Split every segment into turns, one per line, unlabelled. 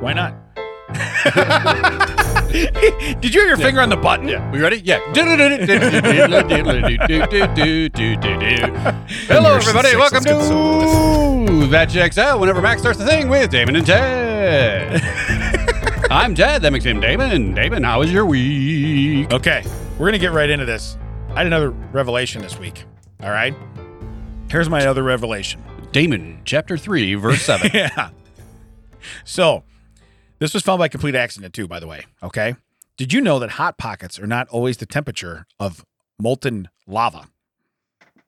Why not? Did you have your finger on the button?
Yeah. We ready? Yeah. Hello, everybody. Welcome to That Checks Out whenever Max starts the thing with Damon and Ted. I'm Ted. That makes him Damon. And Damon, how was your week?
Okay, we're gonna get right into this. I had another revelation this week. All right. Here's my other revelation.
Damon, chapter 3, verse 7.
yeah. So, this was found by complete accident too, by the way. Okay. Did you know that hot pockets are not always the temperature of molten lava?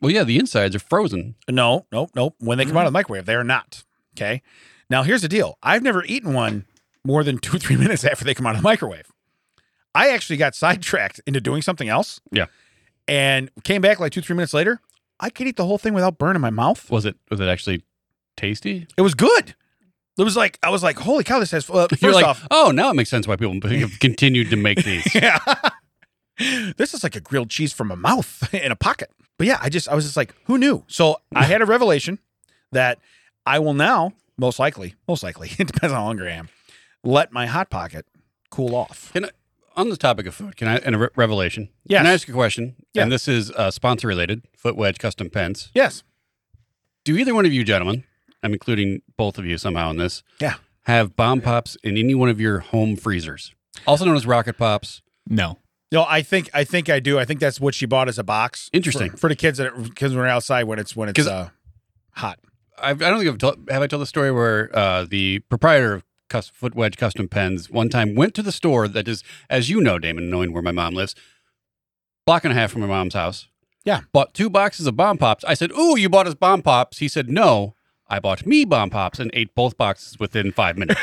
well, yeah, the insides are frozen.
No, no, no. When they come out
Mm.
of the microwave, they are not. Okay. Now here's the deal. I've never eaten one more than two, three minutes after they come out of the microwave. I actually got sidetracked into doing something else.
Yeah.
And came back like two, three minutes later. I could eat the whole thing without burning my mouth.
Was it was it actually tasty?
It was good. It was like I was like, holy cow, this has. Uh, 1st
You're like,
off,
oh, now it makes sense why people have continued to make these.
yeah. this is like a grilled cheese from a mouth in a pocket. But yeah, I just I was just like, who knew? So I had a revelation that I will now most likely, most likely, it depends on how hungry I am, let my hot pocket cool off.
Can I, on the topic of food, can I and a re- revelation?
Yes.
Can I ask you a question?
Yeah.
And this is uh, sponsor related. Foot Wedge Custom Pens.
Yes.
Do either one of you gentlemen, I'm including both of you somehow in this.
Yeah.
Have bomb pops in any one of your home freezers, also known as rocket pops.
No.
No, I think I think I do. I think that's what she bought as a box.
Interesting.
for, for the kids that kids when are outside when it's when it's
'Cause-
uh, hot.
I've, I don't think I've told, have I told the story where uh, the proprietor of Cus- Foot Wedge Custom Pens one time went to the store that is, as you know, Damon, knowing where my mom lives, block and a half from my mom's house.
Yeah.
bought two boxes of bomb pops. I said, "Ooh, you bought us bomb pops." He said, "No, I bought me bomb pops and ate both boxes within five minutes."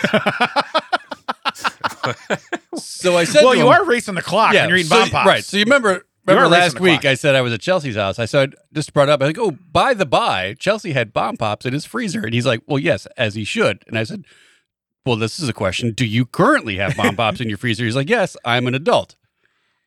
so I said,
Well,
to
you
him-
are racing the clock when you're eating
so-
bomb pops.
Right. So you remember remember
are racing
last
the
week
clock.
I said I was at Chelsea's house. I said just brought up, I like, oh, by the by, Chelsea had bomb pops in his freezer. And he's like, Well, yes, as he should. And I said, Well, this is a question. Do you currently have bomb pops in your freezer? He's like, Yes, I'm an adult.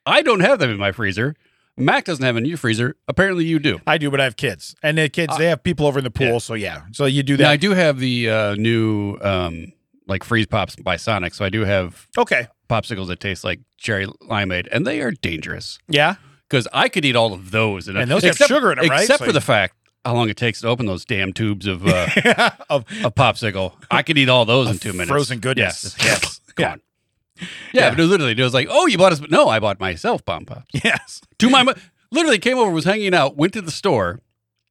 I don't have them in my freezer. Mac doesn't have them in your freezer. Apparently you do.
I do, but I have kids, and the kids they have people over in the pool. So yeah, so you do
Uh, Now I
that.
do have the uh, new um like freeze pops by Sonic. So I do have
okay.
popsicles that taste like cherry limeade, and they are dangerous.
Yeah.
because I could eat all of those, and,
And those have sugar in 'em, right?
Except
So
for the
you-
fact how long it takes to open those damn tubes of uh,
of
of popsicle. I could eat all those in two minutes.
frozen goodness.
Yeah,
Yes.
Come
Yeah.
on. Yeah, but it was literally it was like, oh, you bought us? No, I bought myself bomb pops.
Yes.
To my mo- literally came over, was hanging out, went to the store,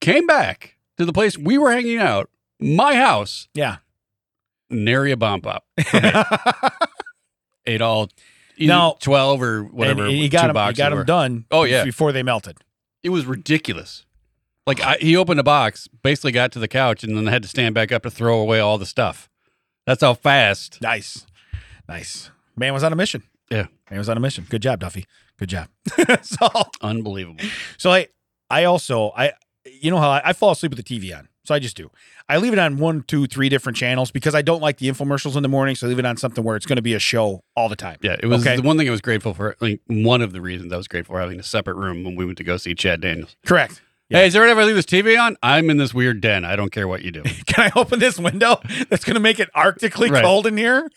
came back to the place we were hanging out, my house,
Yeah.
nary a bomb pop. Ate all.
Now-
Now twelve or whatever.
And you got
two
them, you
boxes
got 'em
were.
done.
Oh, yeah.
Before they melted.
It was ridiculous. Like I, he opened a box, basically got to the couch, and then had to stand back up to throw away all the stuff. That's how fast.
Nice. Nice. Man was on a mission.
Yeah.
Man was on a mission. Good job, Duffy. Good job. so,
Unbelievable.
so I, I also, I, you know how I, I fall asleep with the TV on. So I just do. I leave it on one, two, three different channels because I don't like the infomercials in the morning. So I leave it on something where it's going to be a show all the time.
Yeah, it was
Okay.
the one thing I was grateful for. Like one of the reasons I was grateful for having a separate room when we went to go see Chad Daniels.
Correct. Yeah.
Hey, is there ever I leave this TV on? I'm in this weird den. I don't care what you do.
Can I open this window? That's going to make it arctically
Right.
cold in here.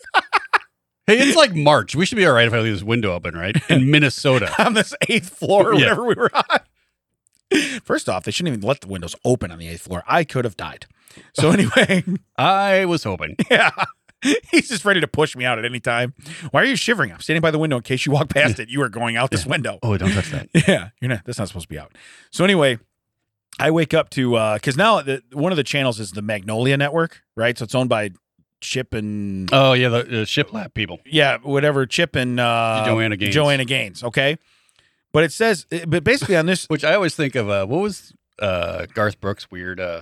hey, it's like March. We should be all right if I leave this window open, right? In Minnesota.
on this eighth floor or
Yeah.
whatever we were on. First off, they shouldn't even let the windows open on the eighth floor. I could have died. So anyway,
I was hoping.
yeah. He's just ready to push me out at any time. Why are you shivering? I'm standing by the window in case you walk past it. You are going out this window.
Oh, don't touch that.
Yeah, you're not. That's not supposed to be out. So anyway, I wake up to because now the, one of the channels is the Magnolia Network, right? So it's owned by Chip and
Oh yeah, the, the shiplap people.
yeah, whatever Chip and uh,
Joanna Gaines.
Joanna Gaines. Okay, but it says, but basically on this
Which I always think of. Uh, what was uh, Garth Brooks' weird? Uh,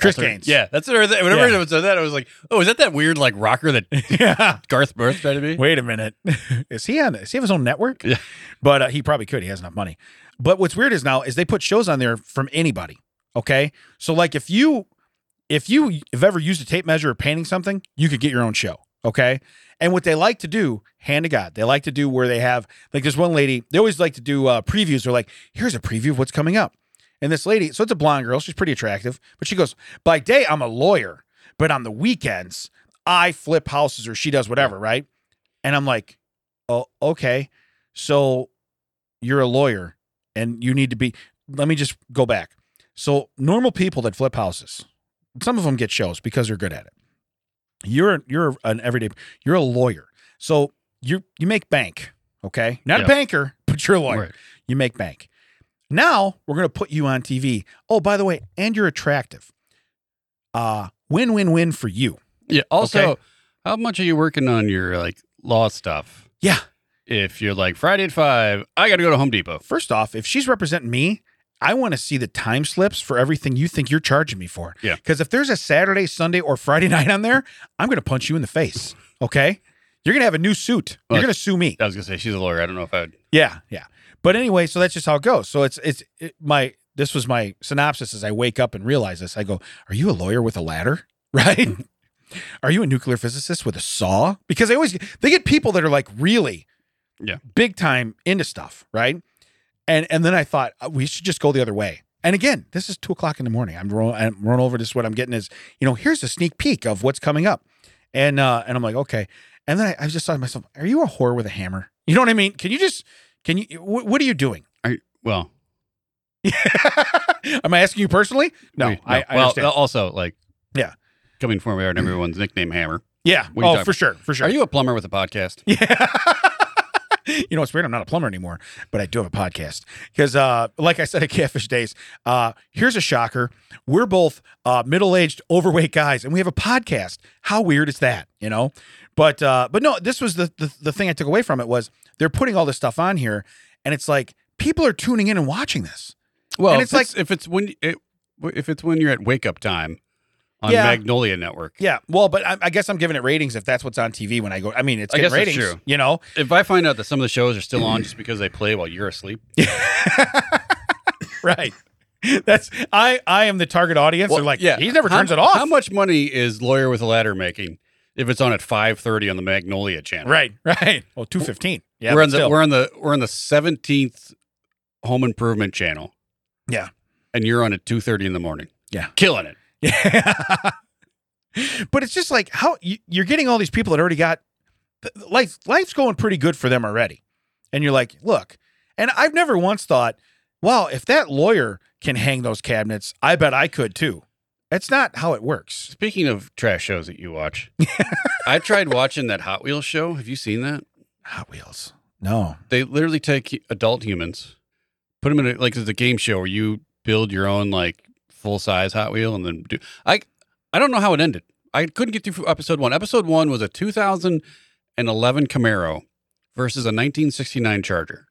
Chris
alter-
Gaines.
Yeah, that's whenever whenever
Yeah.
I said that, I was like, oh, is that that weird like rocker that
yeah.
Garth Brooks tried to be?
Wait a minute. is he on? Does he have his own network?
Yeah.
But uh, he probably could. He has enough money. But what's weird is now is they put shows on there from anybody. Okay. So like if you if you have ever used a tape measure or painting something, you could get your own show. Okay. And what they like to do, hand to God, they like to do where they have like this one lady. They always like to do uh, previews. They're like, here's a preview of what's coming up. And this lady, so it's a blonde girl. She's pretty attractive, but she goes, by day I'm a lawyer, but on the weekends I flip houses or she does whatever, right? And I'm like, oh, okay. So you're a lawyer and you need to be. Let me just go back. So normal people that flip houses, some of them get shows because they're good at it. You're you're an everyday. You're a lawyer, so you you make bank. Okay, not
Yeah.
a banker, but you're a lawyer.
Right.
You make bank. Now we're going to put you on TV. Oh, by the way, and you're attractive. Uh, win, win, win for you.
Yeah. Also,
Okay.
how much are you working on your like law stuff?
Yeah.
If you're like Friday at five, I got to go to Home Depot.
Uh, First off, if she's representing me, I want to see the time slips for everything you think you're charging me for.
Yeah.
Because if there's a Saturday, Sunday, or Friday night on there, I'm going to punch you in the face. Okay. You're going to have a new suit.
Well,
You're going to sue me.
I was gonna say she's a lawyer. I don't know if I'd.
Yeah, yeah. But anyway, so that's just how it goes. So it's it's it, my this was my synopsis as I wake up and realize this. I go, "Are you a lawyer with a ladder?" Right? are you a nuclear physicist with a saw? Because they always they get people that are like really
Yeah.
big time into stuff, right? And and then I thought uh, we should just go the other way. And again, this is two o'clock in the morning. I'm rolling, I'm rolling over. This what I'm getting is, you know, here's a sneak peek of what's coming up, and uh, and I'm like, okay. And then I, I just thought to myself, are you a whore with a hammer? You know what I mean? Can you just can you? Wh- what are you doing?
I, well,
Am I asking you personally? No,
we-
I, I
well,
understand.
also like,
Yeah.
coming from where everyone's nickname Hammer.
yeah.
what are you
Oh,
talking
for sure, for sure.
Are you a plumber with a podcast?
Yeah. you know, it's weird. I'm not a plumber anymore, but I do have a podcast because, uh, like I said at Catfish Days, uh, here's a shocker: we're both uh, middle-aged, overweight guys, and we have a podcast. How weird is that? You know, but uh, but no, this was the, the the thing I took away from it was they're putting all this stuff on here, and it's like people are tuning in and watching this.
Well,
And
it's
it's
like if it's when it, if it's when you're at wake up time on
Yeah.
Magnolia Network.
Yeah, well, but I, I guess I'm giving it ratings if that's what's on TV when I go. I mean, it's
I
getting
guess that's
ratings.
true.
You know,
If I find out that some of the shows are still on just because they play while you're asleep,
right? That's I. I am the target audience.
Well,
They're like,
yeah.
yeah, he never
how-
turns it off.
How much money is Lawyer with a Ladder making if it's on at five thirty on the Magnolia channel?
Right, right. Well, two fifteen. Yeah,
we're
but
on the
still.
we're on the we're on the seventeenth home improvement channel.
Yeah.
And you're on at two thirty in the morning.
Yeah.
Killing it.
yeah. but it's just like how you, you're getting all these people that already got th- life. Life's going pretty good for them already, and you're like, look. And I've never once thought, wow, if that lawyer can hang those cabinets, I bet I could too. That's not how it works.
Speaking of trash shows that you watch, I tried watching that Hot Wheels show. Have you seen that?
Hot Wheels. No.
They literally take adult humans, put them in a, like it's a game show where you build your own like full size Hot Wheel and then do. I I don't know how it ended. I couldn't get through episode one. Episode one was a 2011 Camaro versus a 1969 Charger.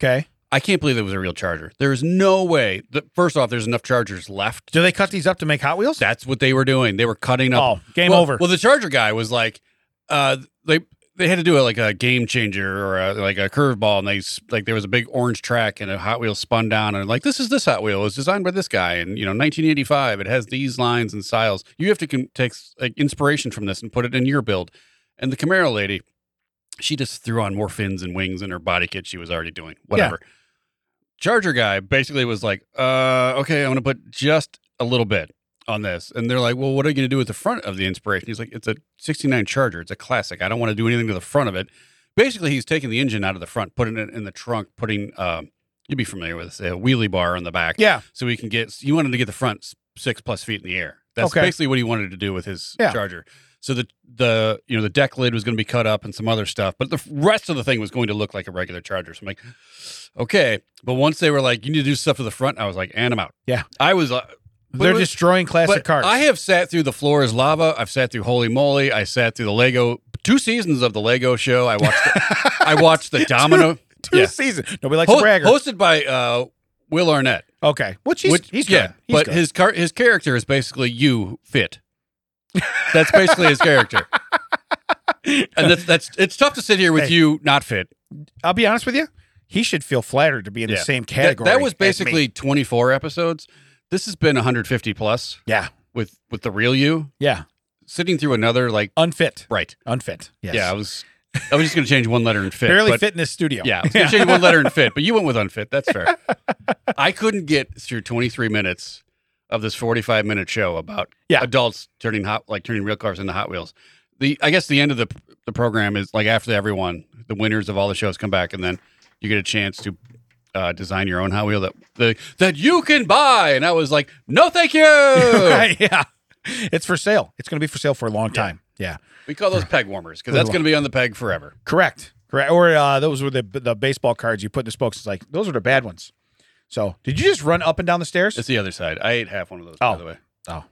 Okay.
I can't believe it was a real Charger. There's no way. That, first off, there's enough Chargers left.
Do they cut these up to make Hot Wheels?
That's what they were doing. They were cutting up
oh, game
well,
over.
Well, the Charger guy was like, uh, they they had to do a, like a game changer or a, like a curveball, and they s- like there was a big orange track and a Hot Wheel spun down, and like this is this Hot Wheel it was designed by this guy, and you know 1985, it has these lines and styles. You have to con- take like inspiration from this and put it in your build. And the Camaro lady, she just threw on more fins and wings in her body kit she was already doing. Whatever. Charger guy basically was like, uh, okay, I'm gonna put just a little bit on this. And they're like, well, what are you going to do with the front of the Inspiration? He's like, it's a 69 Charger. It's a classic. I don't want to do anything to the front of it. Basically, he's taking the engine out of the front, putting it in the trunk, putting, um, you'd be familiar with this, a wheelie bar on the back.
yeah.
So he can get, you wanted to get the front s- six plus feet in the air. That's
Okay.
basically what he wanted to do with his
Yeah.
Charger. So the, the, you know, the deck lid was going to be cut up and some other stuff, but the f- rest of the thing was going to look like a regular Charger. So I'm like, okay. But once they were like, you need to do stuff to the front, I was like, and I'm out.
Yeah.
I was like,
They're
just
destroying classic
but
cars.
I have sat through the floor is lava. I've sat through Holy Moly. I sat through the Lego two seasons of the Lego show. I watched. The, I watched the Domino
two
yeah.
seasons. Nobody likes
Ho-
a bragger.
hosted by uh, Will Arnett.
okay. Which he's,
which-
he's
yeah,
good. He's
but
good.
his car his character is basically you fit. That's basically his character, and that's that's it's tough to sit here with
Hey.
you not fit.
I'll be honest with you. He should feel flattered to be in
Yeah.
the same
That,
category.
that
as
was
me.
basically twenty four episodes. This has been one hundred fifty plus
yeah,
with with the real you
yeah,
sitting through another like
unfit,
right.
unfit. Yes.
Yeah, I was. I was just going to change one letter and fit.
barely
but-
fit in this studio.
Yeah, I was going to change one letter and fit, but you went with unfit. That's fair. I couldn't get through 23 minutes of this 45 minute show about
Yeah.
adults turning hot, like turning real cars into Hot Wheels. the I guess the end of the the program is like after everyone, the winners of all the shows come back, and then you get a chance to uh, design your own Hot Wheel that the, that you can buy. And I was like, no, thank you.
Right, yeah. It's for sale. It's going to be for sale for a long time. Yeah.
We call those peg warmers because that's going to be on the peg forever.
Correct. Correct. Or uh, those were the the baseball cards you put in the spokes. It's like those are the bad ones. So did you just run up and down the stairs?
It's the other side. I ate half one of those.
Oh.
by the way,
oh,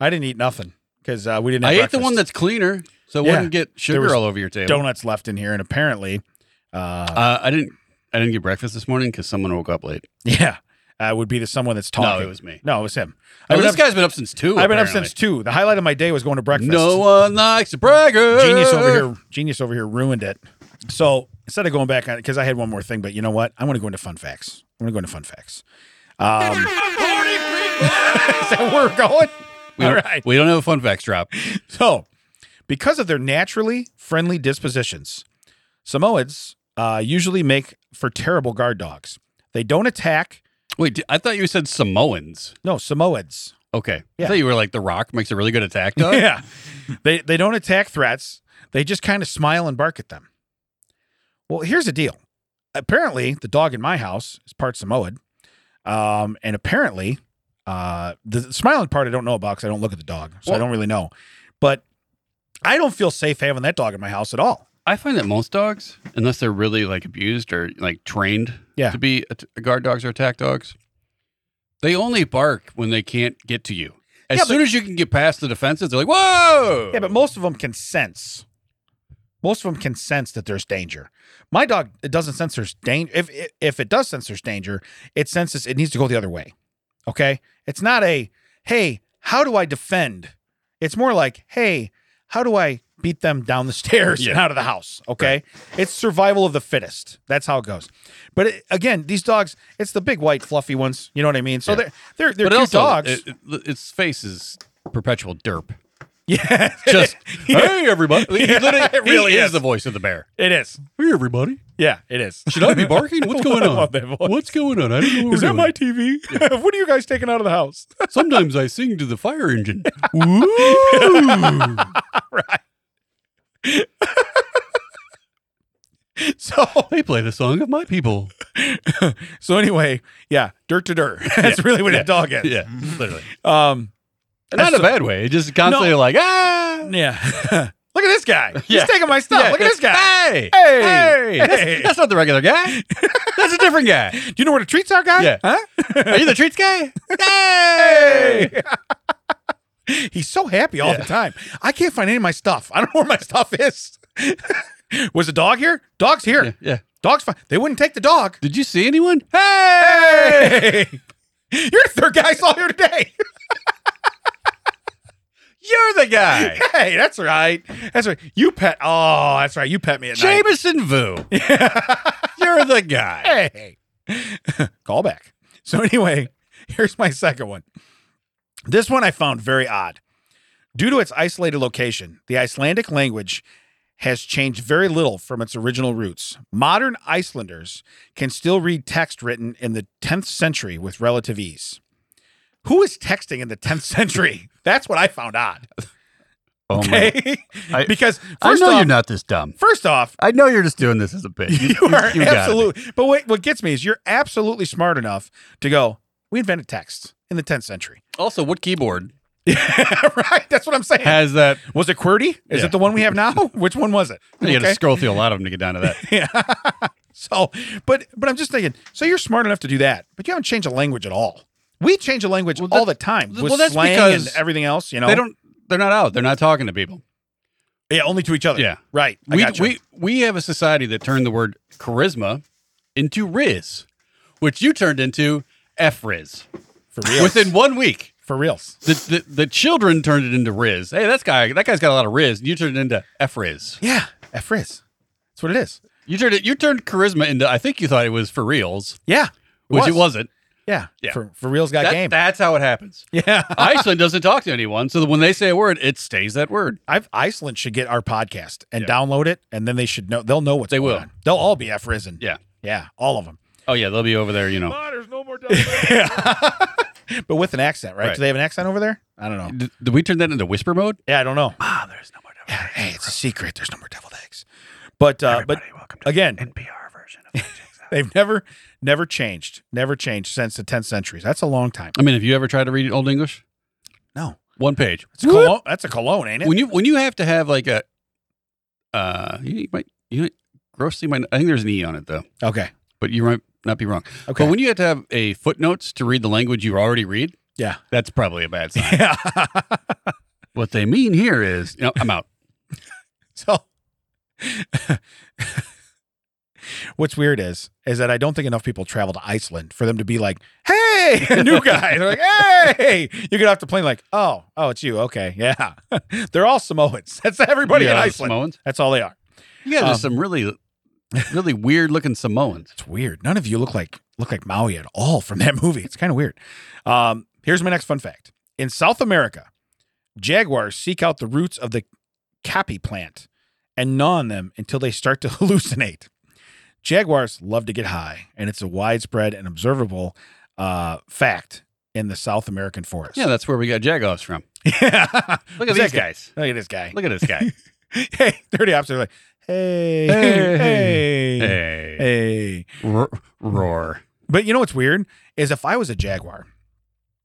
I didn't eat nothing because uh, we didn't. Have
I ate the
breakfast.
one that's cleaner, so it
Yeah.
wouldn't get
was
sugar all over your table.
donuts left in here, and apparently, uh,
Uh, I didn't. I didn't get breakfast this morning because someone woke up late.
yeah, uh, would be the someone that's talking.
No, it was me.
No, it was him.
I
I've been
Oh, this
up-
guy's been up since two.
I've been up
apparently.
since two. The highlight of my day was going to breakfast.
No one likes a bragger.
genius over here genius over here ruined it so instead of going back on because i had one more thing but you know what i'm going to go into fun facts i'm going to go into fun facts um, is that where we're going
We
all
don't-
right
We don't have a fun facts drop.
so because of their naturally friendly dispositions samoans uh, usually make for terrible guard dogs they don't attack
Wait, I thought you said Samoans.
no samoans
Okay.
Yeah.
I thought you were like The Rock makes a really good attack dog.
yeah. They they don't attack threats. They just kind of smile and bark at them. Well, here's the deal. Apparently, the dog in my house is part Samoan. Um, and apparently, uh, the smiling part I don't know about because I don't look at the dog. So I
Well-
don't really know. But I don't feel safe having that dog in my house at all.
I find that most dogs, unless they're really like abused or like trained
Yeah.
to be at- guard dogs or attack dogs, they only bark when they can't get to you. As
Yeah, but-
soon as you can get past the defenses, they're like, whoa.
Yeah, but most of them can sense. Most of them can sense that there's danger. My dog it doesn't sense there's danger. If if- if it does sense there's danger, it senses it needs to go the other way. Okay, it's not a hey, how do I defend? It's more like hey, how do I beat them down the stairs and
Yeah.
out of the house? Okay, it's survival of the fittest. That's how it goes. But it, again, these dogs, it's the big white fluffy ones. You know what I mean? So
Yeah.
they're they're they're
But
cute
also,
dogs.
it- it- its face is perpetual derp.
yeah,
Just, hey, everybody. He literally-
it really
he
is.
is the voice of the bear.
it is.
Hey, everybody.
Yeah, it is.
Should I be barking? What's going
I love that
on?
voice.
What's going on? I don't know what
Is
we're
that
doing.
my TV? what are you guys taking out of the house?
Sometimes I sing to the fire engine. Woo!
so,
they play the song of my people.
so anyway, yeah, dirt to dirt. That's really what
yeah,
a dog is.
Yeah, literally.
Um,
Not in a bad way. Just constantly like, ah!
yeah. Look at this guy.
Yeah.
He's taking my stuff.
Yeah,
Look at this guy.
Hey!
Hey!
That's,
Hey!
that's not the regular guy. That's a different guy.
Do you know where the treats are, guy?
Yeah.
Huh?
Are you the treats guy? Hey!
He's so happy all the
Yeah.
time. I can't find any of my stuff. I don't know where my stuff is. Was the dog here? Dog's here.
Yeah, yeah.
Dog's fine. They wouldn't take the dog.
Did you see anyone?
Hey! You're the third guy I saw here today.
You're the guy.
Hey, that's right. That's right. You pet. Oh, that's right. You pet me at night.
Jameson Vu. You're the guy.
Hey, call back. So anyway, here's my second one. This one I found very odd. Due to its isolated location, the Icelandic language has changed very little from its original roots. Modern Icelanders can still read text written in the 10th century with relative ease. Who is texting in the 10th century? That's what I found odd.
Oh
Okay,
I-
because
I
first
know you're
off,
not this dumb.
first off,
I know you're just doing this as a bit.
you are
you gotta
absolutely. But what what gets me is you're absolutely smart enough to go. We invented text in the 10th century,
be. Also, what keyboard
right? That's what I'm saying.
has that?
was it QWERTY? Is
Yeah.
it the one we have now? Which one was it?
You got to scroll through a lot of them to get down to that.
Yeah. so, but but I'm just thinking. So you're smart enough to do that, but you haven't changed the language at all. We change the language
Well,
all the
that-
time with
well, that's
slang and
because
everything else. You know,
They don't. They're not out. They're not talking to people.
Yeah, only to each other.
Yeah.
right. I
we
gotcha.
we we have a society that turned the word charisma into riz, which you turned into f riz
for real.
within one week.
for reals.
The, the the children turned it into riz. Hey, that guy that guy's got a lot of riz. You turned it into f riz.
Yeah, F is. That's what it is.
You turned it. You turned charisma into. I think you thought it was for reals,
Yeah,
which it
was.
wasn't.
Yeah,
Yeah.
For for reals got
That-
game.
That's how it happens.
yeah.
Iceland doesn't talk to anyone, so that when they say a word, it stays that word.
I've, Iceland should get our podcast and
Yeah.
download it, and then they should know. They'll know what's
They
going
will.
on. They'll all be F risen.
Yeah.
yeah, all of them.
Oh yeah, they'll be over there. You know,
There's no more down
but with an accent, right?
Right.
Do they have an accent over there? I don't know.
did, did we turn that into whisper mode?
Yeah, I don't know.
Ah, there's no more.
Yeah, hey, it's a secret. There's no more deviled eggs. But uh, but
welcome
again,
NPR version of
they've never never changed, never changed since the 10th century. That's a long time.
I mean, have you ever tried to read Old English?
No,
One page.
it's a cologne. That's a cologne, ain't it?
When you when you have to have like a uh you, you might you might grossly might I think there's an E on it though.
Okay,
But you might not be wrong.
okay.
But when you have to have a footnotes to read the language you already read,
Yeah.
that's probably a bad sign.
yeah.
what they mean here is, you know, I'm out.
so what's weird is is that I don't think enough people travel to Iceland for them to be like, "Hey, a new guy." They're like, "Hey," you get off the plane like, "Oh, oh, it's you." Okay, yeah. They're all Samoans. That's everybody in
Yeah,
Iceland.
Samoans.
That's all they are.
Yeah, there's
Um,
some really, really weird looking Samoans.
It's weird. None of you look like look like Maui at all from that movie. It's kind of weird. Um, here's my next fun fact. In South America, jaguars seek out the roots of the capi plant and gnaw on them until they start to hallucinate. Jaguars love to get high, and it's a widespread and observable uh, fact in the South American forest.
Yeah, that's where we got Jagoffs from.
Yeah.
Look at
Is that
these
guy-
guys.
Look at this guy.
Look at this guy.
Hey, dirty officer. Like, hey, hey,
Hey.
hey.
hey.
hey.
Ro- roar.
But you know what's weird is if I was a Jaguar,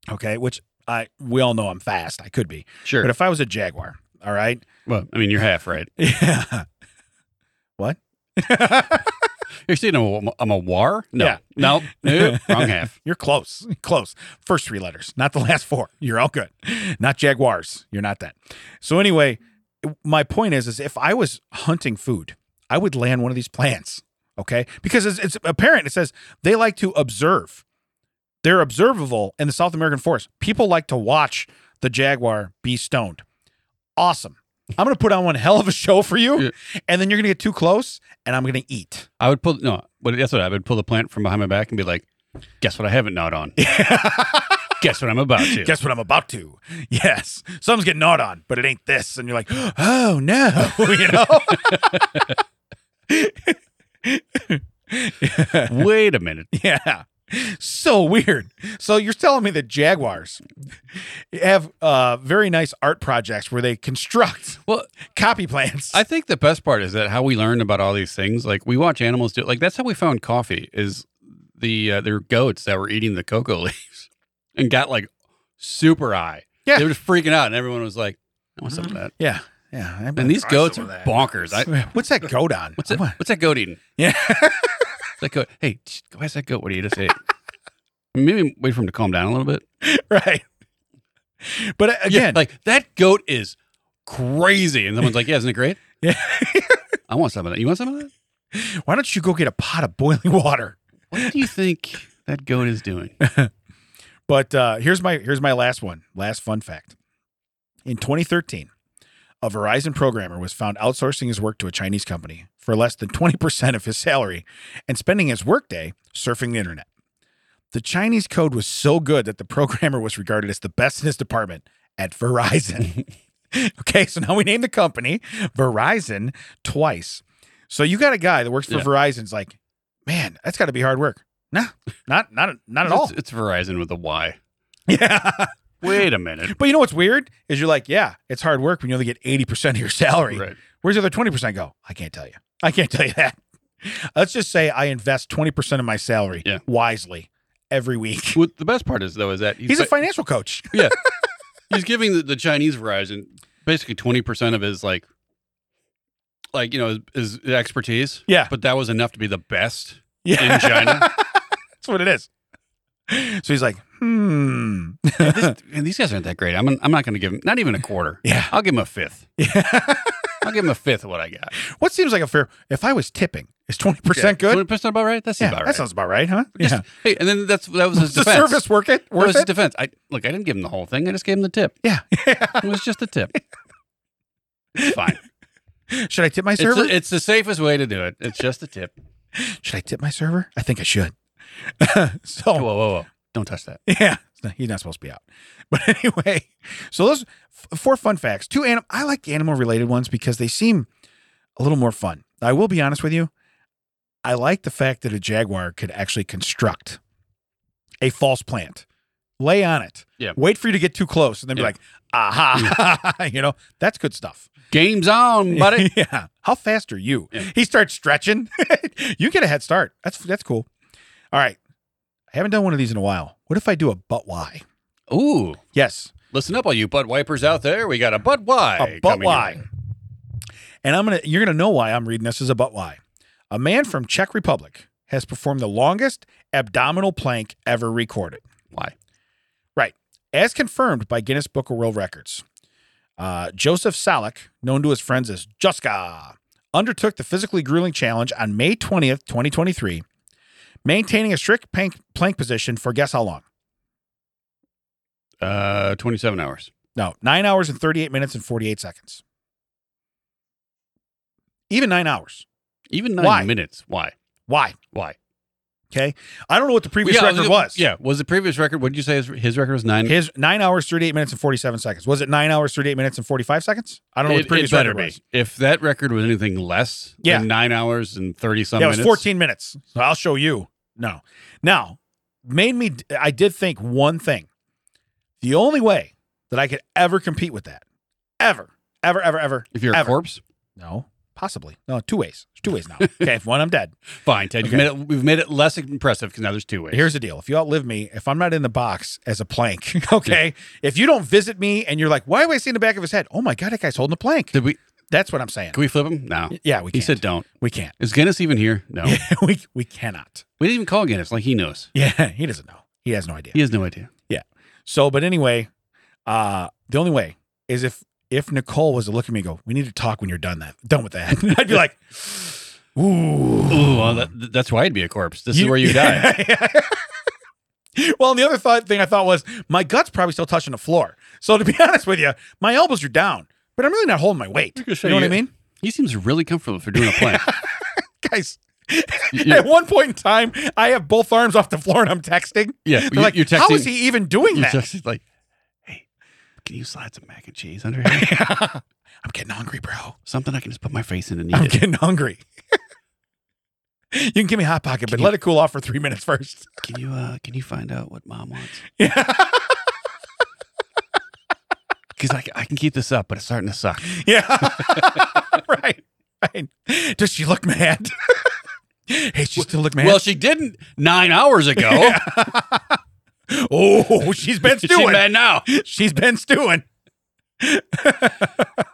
okay, which I we all know I'm fast, I could be.
Sure.
But if I was a Jaguar, all right,
well, I mean, you're half right.
yeah, what?
You're saying I'm a, I'm a war? No.
Yeah.
No. No. Wrong half.
You're close, close. First three letters, not the last four. You're all good. Not Jaguars. You're not that. So anyway, my point is, is if I was hunting food, I would land one of these plants, okay? Because it's, it's apparent. It says they like to observe. They're observable in the South American forest. People like to watch the jaguar be stoned. Awesome. I'm gonna put on one hell of a show for you,
Yeah.
and then you're gonna get too close, and I'm gonna eat.
I would pull, no, but that's what I would pull the plant from behind my back and be like, guess what I haven't gnawed on? guess what I'm about to?
Guess what I'm about to? Yes, something's getting gnawed on, but it ain't this. And you're like, oh no, you know?
Wait a minute.
yeah, so weird. So you're telling me that jaguars have uh, very nice art projects where they construct
Well,
copy plants?
I think the best part is that how we learn about all these things. Like we watch animals do. Like that's how we found coffee. Is the uh, there were goats that were eating the cocoa leaves and got like super high.
Yeah.
they were just freaking out, and everyone was like, "I want some of that."
yeah, yeah. I'm
And these
gonna try
goats
some
are
of that.
bonkers. I,
What's that goat on?
what's that? What's that goat eating?
Yeah.
What's that goat. Hey, shh, why is that goat? What do you just ate? Maybe wait for him to calm down a little bit.
right. But uh,
Yeah,
again,
like that goat is crazy, and someone's like, "Yeah, isn't it great?"
Yeah.
I want some of that. You want some of that?
why don't you go get a pot of boiling water?
What do you think that goat is doing?
But uh, here's my here's my last one. Last fun fact. In 2013, a Verizon programmer was found outsourcing his work to a Chinese company for less than 20% of his salary and spending his workday surfing the internet. The Chinese code was so good that the programmer was regarded as the best in his department at Verizon. okay, so now we name the company Verizon twice. So you got a guy that works for
Yeah.
Verizon's like, man, that's got to be hard work. Nah, not not not at all.
It's, it's Verizon with a Y.
Yeah.
Wait a minute.
But you know what's weird is you're like, yeah, it's hard work when you only get 80% of your salary.
Right.
Where's the other 20% go? I can't tell you. I can't tell you that. Let's just say I invest 20% of my salary
Yeah.
wisely every week.
Well, the best part is though is that he's
He's a
ba-
financial coach.
he's giving the, the Chinese Verizon basically twenty percent of his like, like you know his, his expertise.
Yeah.
But that was enough to be the best
Yeah.
in China.
That's what it is. So he's like, hmm.
and, this- and these guys aren't that great. I'm I'm not going to give him not even a quarter.
Yeah.
I'll give him a fifth.
yeah.
I'll give him a fifth of what I got.
what seems like a fair, if I was tipping, is 20% good?
Twenty percent about right. That
Yeah,
seems about
that
right.
sounds about right, huh?
Just-
yeah.
hey, and then that's that was his
Does the
defense.
service work it?
That was
Worth
his
it?
defense. I look. I didn't give him the whole thing. I just gave him the tip.
Yeah.
It was just a tip. It's fine.
Should I tip my
It's
server?
the, it's the safest way to do it. It's just a tip.
Should I tip my server? I think I should. so
Whoa, whoa, whoa. Don't touch that.
Yeah, it's not- he's not supposed to be out. But anyway, so those f- four fun facts. Two anim- I like the animal related ones because they seem a little more fun. I will be honest with you. I like the fact that a jaguar could actually construct a false plant lay on it.
Yeah.
Wait for you to get too close and then be
Yeah.
like, aha, you know, that's good stuff.
Game's on, buddy.
yeah. How fast are you?
Yeah.
He starts stretching. you get a head start. That's that's cool. All right. I haven't done one of these in a while. What if I do a butt why?
Ooh,
Yes,
listen up, all you butt wipers out there. We got a butt why.
a butt
coming your
why.
way.
And I'm gonna you're gonna know why I'm reading this as a butt why. A man from Czech Republic has performed the longest abdominal plank ever recorded.
Why?
as confirmed by Guinness Book of World Records. Uh, Joseph Salek, known to his friends as Juska, undertook the physically grueling challenge on May 20th, 2023, maintaining a strict plank, plank position for guess how long?
Uh, 27 hours.
No, nine hours and 38 minutes and 48 seconds. Even nine hours.
Even nine
Why?
minutes. Why?
Why?
Why?
I don't know what the previous
Yeah, I
record was.
Yeah, was the previous record? What did you say his, his record was nine?
His nine hours, 38 minutes and 47 seconds. Was it nine hours, 38 minutes and 45 seconds? I don't know what the previous
better
record was.
be. If that record was anything less
Yeah.
than nine hours and 30 some
yeah,
minutes.
it was 14 minutes. So I'll show you. No. Now, made me, I did think one thing. The only way that I could ever compete with that, ever, ever, ever, ever,
If you're a
Ever.
corpse,
no, possibly. No, two ways. There's two ways now. okay, if one, I'm dead.
fine, Ted.
Okay.
You've made it, we've made it less impressive because now there's two ways.
Here's the deal. If you outlive me, if I'm not in the box as a plank, okay, if you don't visit me and you're like, why am I seeing the back of his head? Oh my God, that guy's holding a plank.
Did we?
That's what I'm saying.
Can we flip him? No.
yeah, we
He
can't.
said, "Don't."
we can't.
Is Guinness even here? No.
we, we cannot.
We didn't even call Guinness. Like he knows.
Yeah, he doesn't know. He has no idea.
He has no idea.
So, but anyway, uh, the only way is if if Nicole was to look at me and go, "We need to talk when you're done that done with that," I'd be like, "Ooh,
Ooh, well, that, that's why I'd be a corpse. This is where you die.
die." well, and the other thought thing I thought was my gut's probably still touching the floor. So to be honest with you, my elbows are down, but I'm really not holding my weight.
You
You
could say
know what I
you-
mean,
He seems really comfortable for doing a plank.
guys?
You-
At one point in time, I have both arms off the floor and I'm texting.
yeah,
They're like, how is he even doing
You're
that?
texting like, "Hey, can you slide some mac and cheese under here?
I'm getting hungry, bro.
Something I can just put my face in and eat
I'm
it."
getting hungry. you can give me a hot pocket, but
Can you-
let it cool off for three minutes first.
Can you uh can you find out what mom wants?
yeah,
Because I, I can keep this up, but it's starting to suck.
yeah, right, right. Does she look mad? hey, she still look mad.
Well, she didn't nine hours ago.
oh, she's been
She's
stewing.
mad now.
she's been stewing.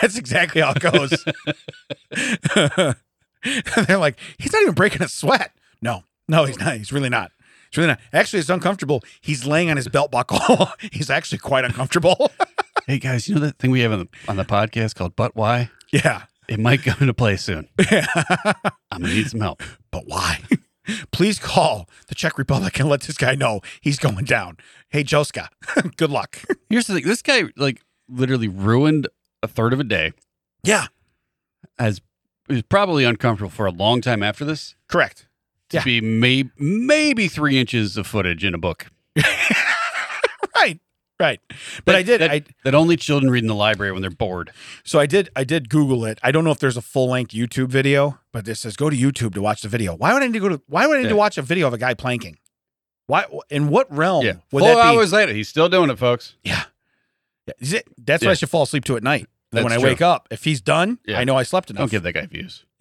That's exactly how it goes. They're like, he's not even breaking a sweat. No, no, he's not. He's really not. It's really not. Actually, it's uncomfortable. He's laying on his belt buckle. he's actually quite uncomfortable.
Hey guys, you know that thing we have on the on the podcast called But Why?
yeah.
It might come into play soon. I'm gonna need some help.
But why? Please call the Czech Republic and let this guy know he's going down. Hey, Joska, good luck.
Here's the thing: this guy like literally ruined a third of a day.
Yeah,
As he was probably uncomfortable for a long time after this.
correct.
To
Yeah.
be may- maybe three inches of footage in a book.
Right, right. But
That-
I did.
that,
I,
that only children read in the library when they're bored.
So I did I did Google it. I don't know if there's a full length YouTube video, but it says go to YouTube to watch the video. Why would I need to go to why would I need
Yeah.
to watch a video of a guy planking? Why in what realm
yeah,
would
four
that be?
hours later, he's still doing it, folks.
Is it- that's what
Yeah.
I should fall asleep to at night. Then when I
That's
wake up, if he's done,
Yeah.
I know I slept enough.
Don't give that guy views.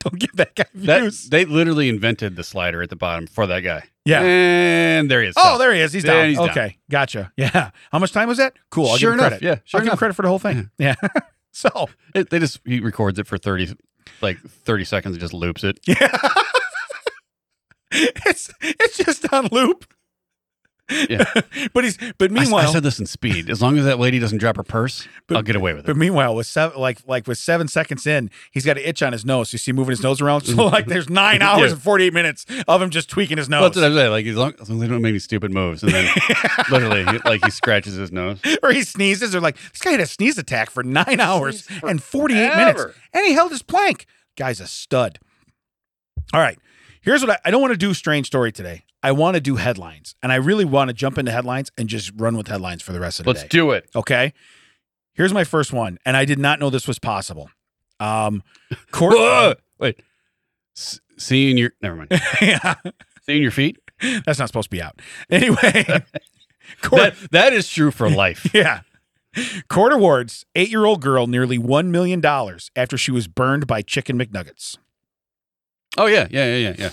Don't give that guy
That,
views.
They literally invented the slider at the bottom for that guy.
yeah.
And there he is.
oh, there he is. He's
There
down.
he's down.
okay. Gotcha. Yeah. How much time was that? Cool. I'll
sure
give him
enough.
credit.
Yeah, sure
I'll give him
enough.
credit for the whole thing. Yeah. so
It- they just he records it for thirty, like thirty seconds, and just loops it.
yeah. it's it's just on loop.
Yeah.
but he's but
I s-
meanwhile
I, said this in speed. As long as that lady doesn't drop her purse,
But-
I'll get away with it.
But meanwhile, with seven, like like with seven seconds in, he's got an itch on his nose. You see him moving his nose around. So like, there's nine
Mm-hmm. Yeah.
hours and forty eight minutes of him just tweaking his
Well,
nose,
that's what I'm saying. Like as long as long as they don't make any stupid moves, and then literally, he, like he scratches his nose.
or he sneezes. Or like, this guy had a sneeze attack for nine hours
Sneezed
and forty eight minutes,
forever.
and he held his plank. Guy's a stud. All right, here's what I, I don't want to do. Strange story today. I want to do headlines, and I really want to jump into headlines and just run with headlines for the rest of the
Let's
day.
do it.
okay, here's my first one, and I did not know this was possible. Um, court.
Wait, S- seeing your never mind.
yeah.
Seeing your feet.
That's not supposed to be out. Anyway, Court,
That, that is true for life.
yeah. Court awards eight year old girl nearly $1 million after she was burned by Chicken McNuggets.
Oh yeah, yeah, yeah, yeah, yeah.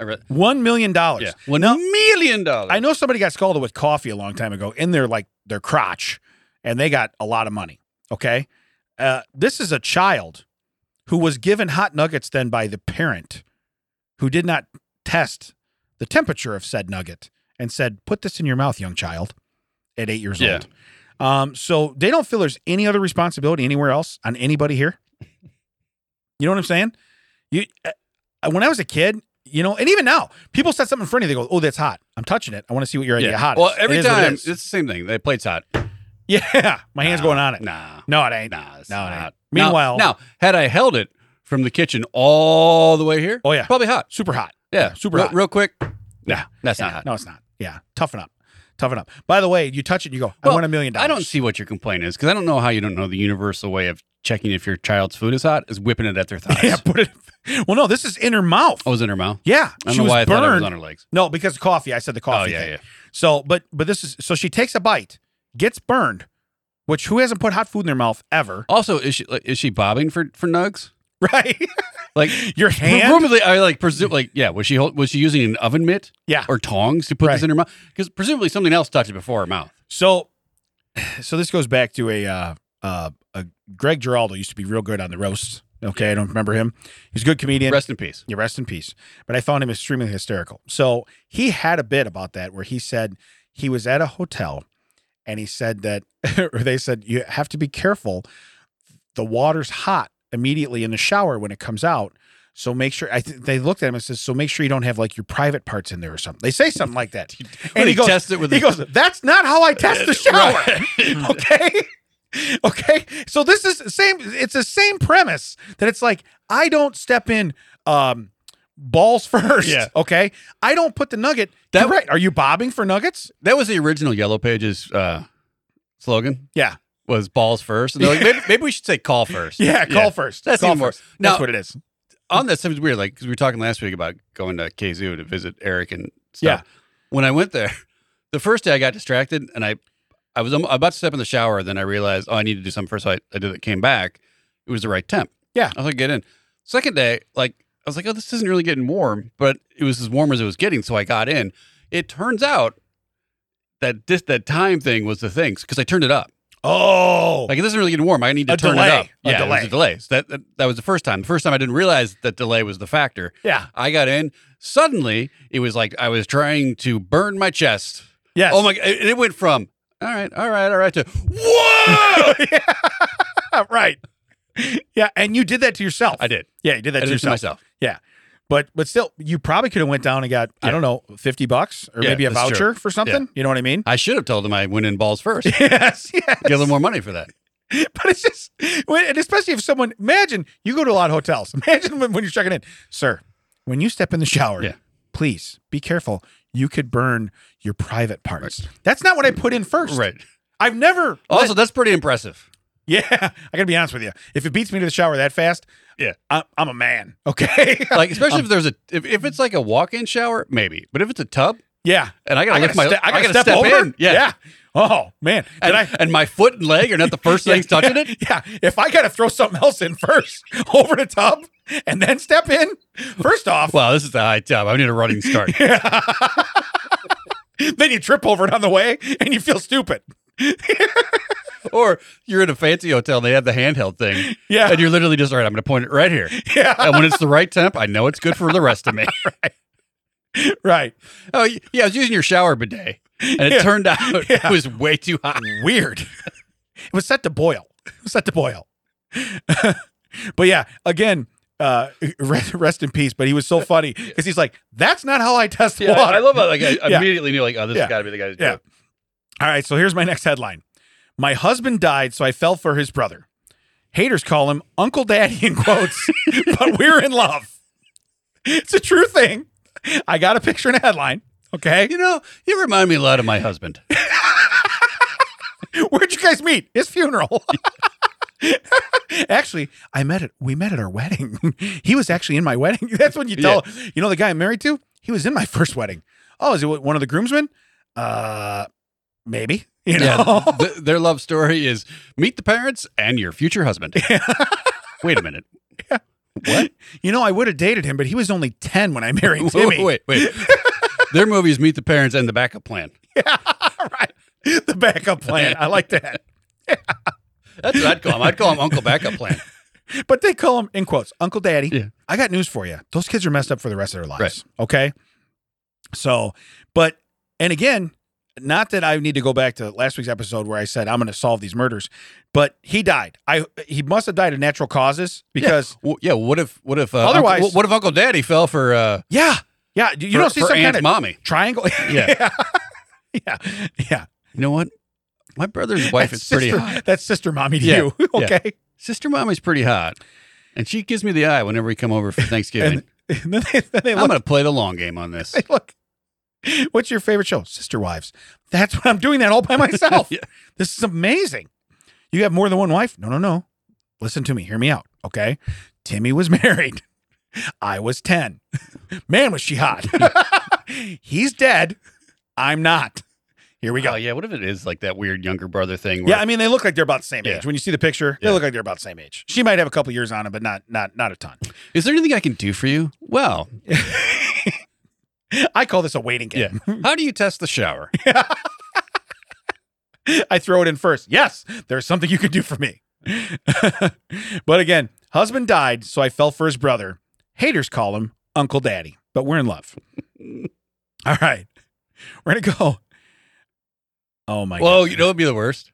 I read.
$1 million.
Yeah, one million dollars.
I know somebody got scalded with coffee a long time ago in their like their crotch, and they got a lot of money. Okay, uh, this is a child who was given hot nuggets then by the parent who did not test the temperature of said nugget and said, "Put this in your mouth, young child," at eight years
Yeah.
old. Um, so they don't feel there's any other responsibility anywhere else on anybody here. You know what I'm saying? You, uh, when I was a kid, you know, and even now, people set something in front of you. They go, "Oh, that's hot. I'm touching it. I want to see what your idea
Yeah.
hot
Well,
is."
every
It is what it
time it's
is.
the same thing. The plate's hot.
yeah, my hands
Nah,
going on it.
Nah,
No, it ain't.
nah, it's
No, it ain't.
not. Now-
Meanwhile,
now, had I held it from the kitchen all the way here,
oh yeah,
probably hot.
super hot.
Yeah,
super
real,
hot.
real quick.
Yeah.
Nah, that's not
Yeah.
hot.
No, it's not. Yeah, toughen up, toughen up. By the way, you touch it, you go, "I
Well,
want a million dollars."
I don't see what your complaint is because I don't know how you don't know the universal way of checking if your child's food is hot is whipping it at their thighs.
Yeah, put it. Well, no, this is in her mouth.
Oh, it was in her mouth.
Yeah,
I don't
she
know
was
why I
burned.
thought it was on her legs.
No, because of coffee. I said the
Oh
coffee.
yeah,
thing.
yeah.
So, but but this is so she takes a bite, gets burned, which who hasn't put hot food in their mouth ever,
Also, is she like, is she bobbing for for nugs?
right?
Like
Your hand,
presumably, I like presume like yeah. Was she hold, was she using an oven mitt?
Yeah.
or tongs to put this
Right.
in her mouth because presumably something else touched it before her mouth.
So, so this goes back to a uh, uh, a Greg Giraldo used to be real good on the roasts. Okay, I don't remember him. He's a good comedian.
Rest in peace.
Yeah, rest in peace. But I found him extremely hysterical. So he had a bit about that where he said he was at a hotel and he said that, or they said, you have to be careful. The water's hot immediately in the shower when it comes out. So make sure I th- they looked at him and says, so make sure you don't have like your private parts in there or something. They say something like that.
When
he goes-
test it with
He
a-
goes, that's not how I test the shower.
Right.
okay okay so this is same it's the same premise that it's like i don't step in um balls first
Yeah.
okay i don't put the nugget
That-
correct are you bobbing for nuggets
That was the original Yellow Pages uh, slogan.
Yeah.
was balls first. And they're like, maybe, maybe we should say call first.
yeah call first
That's
call
even more-
first that's
Now-
what it is
on that seems weird. Like 'cause we were talking last week about going to KZoo to visit Eric and stuff. When I went there, the first day I got distracted and I, I was um, about to step in the shower. Then I realized, oh, I need to do something first. So I, I did it. Came back. It was the right temp.
Yeah.
I was like, get in. Second day, like I was like, oh, this isn't really getting warm, but it was as warm as it was getting. So I got in. It turns out that this that time thing was the thing because I turned it up.
oh
Like it isn't really getting warm. I need to
A
turn
delay.
it up.
A
yeah, it was
delay.
a delay. So that, that that was the first time. The first time I didn't realize that delay was the factor.
yeah
I got in. Suddenly, it was like I was trying to burn my chest.
yes
Oh my! And it went from all right, all right, all right to whoa.
yeah, right yeah and you did that to yourself
I did.
yeah you did
I
that to
did it to
yourself
myself.
but but still you probably could have went down and got i
Yeah.
don't know 50 bucks or
Yeah,
maybe a
that's true. Uh,
voucher for something you know what i mean
I should have told them I went in balls first.
yes yes
Get a little more money for that.
But it's just, when, and especially if someone, imagine you go to a lot of hotels. Imagine when, when you're checking in, sir, when you step in the shower,
Yeah.
please be careful. You could burn your private parts. That's not what I put in first.
Right.
I've never.
Also, that's pretty impressive.
yeah, I gotta be honest with you. If it beats me to the shower that fast,
Yeah.
I, I'm a man. Okay.
Like especially if there's a if, if it's like a walk-in shower, maybe. But if it's a tub
yeah.
and I gotta lift my
ste-
I gotta
step,
step
over.
in. Yeah.
Oh man. Did
And,
I?
and my foot and leg are not the first things touching it.
Yeah. If I gotta throw something else in first over the tub and then step in, first off,
Wow, this is the high tub. I need a running start.
then you trip over it on the way and you feel stupid.
or you're in a fancy hotel and they have the handheld thing,
Yeah.
and you're literally just all right. I'm going to point it right here,
Yeah.
and when it's the right temp, I know it's good for the rest of me.
Right.
oh yeah, I was using your shower bidet, and it
Yeah.
turned out it
Yeah.
was way too hot.
Weird. It was set to boil. It was set to boil. but yeah, again, uh, rest, rest in peace. But he was so funny because he's like, that's not how I test
Yeah,
water.
I, I love how like I
Yeah.
immediately knew like oh this
Yeah.
has got to be the guy's
Yeah.
joke.
All right. So here's my next headline My husband died, so I fell for his brother. Haters call him Uncle Daddy in quotes, but we're in love. It's a true thing. I got a picture and a headline. Okay.
You know, you remind me a lot of my husband.
Where'd you guys meet? His funeral. actually, I met it. We met at our wedding. he was actually in my wedding. That's when you tell you know the guy I'm married to. He was in my first wedding. oh, is it one of the groomsmen? Uh, maybe. You know?
Yeah, th- their love story is meet the parents and your future husband. Wait a minute. What?
You know, I would have dated him, but he was only 10 when I married Timmy.
Wait, wait. Their movies meet the parents and the backup plan.
Yeah, right. The backup plan. I like that.
That's what I'd call him. I'd call him Uncle Backup Plan.
But they call him, in quotes, Uncle Daddy.
Yeah.
I got news for you. Those kids are messed up for the rest of their lives. Okay. So, but, and again, not that I need to go back to last week's episode where I said I'm going to solve these murders, but he died. I he must have died of natural causes because
Well, yeah. What if? What if? Uh,
Otherwise-
Uncle- what if Uncle Daddy fell for? Uh,
yeah, yeah. you
for-
don't see
for
some
Aunt
kind of
mommy.
triangle.
Yeah.
yeah, yeah.
You know what? My brother's wife
That's
is pretty
sister,
hot.
That's sister mommy to
Yeah,
you. okay.
Sister mommy's pretty hot, and she gives me the eye whenever we come over for Thanksgiving.
And then they, then they
I'm
look,
going to play the long game on this.
they look. What's your favorite show? Sister Wives. That's what I'm doing that all by myself.
Yeah.
This is amazing. You have more than one wife? No, no, no. Listen to me. Hear me out. Okay. Timmy was married. I was 10. Man, was she hot. He's dead. I'm not. Here we go.
Oh, yeah. What if it is like that weird younger brother thing?
Yeah, I mean they look like they're about the same
Yeah.
age. When you see the picture,
Yeah.
they look like they're about the same age. She might have a couple years on him, but not not not a ton.
Is there anything I can do for you? Well,
I call this a waiting game.
yeah. How do you test the shower?
I throw it in first. Yes, there's something you could do for me. but again, husband died, so I fell for his brother. Haters call him Uncle Daddy, but we're in love. All right. We're going to go. Oh my
Well,
God.
you know what'd be the worst?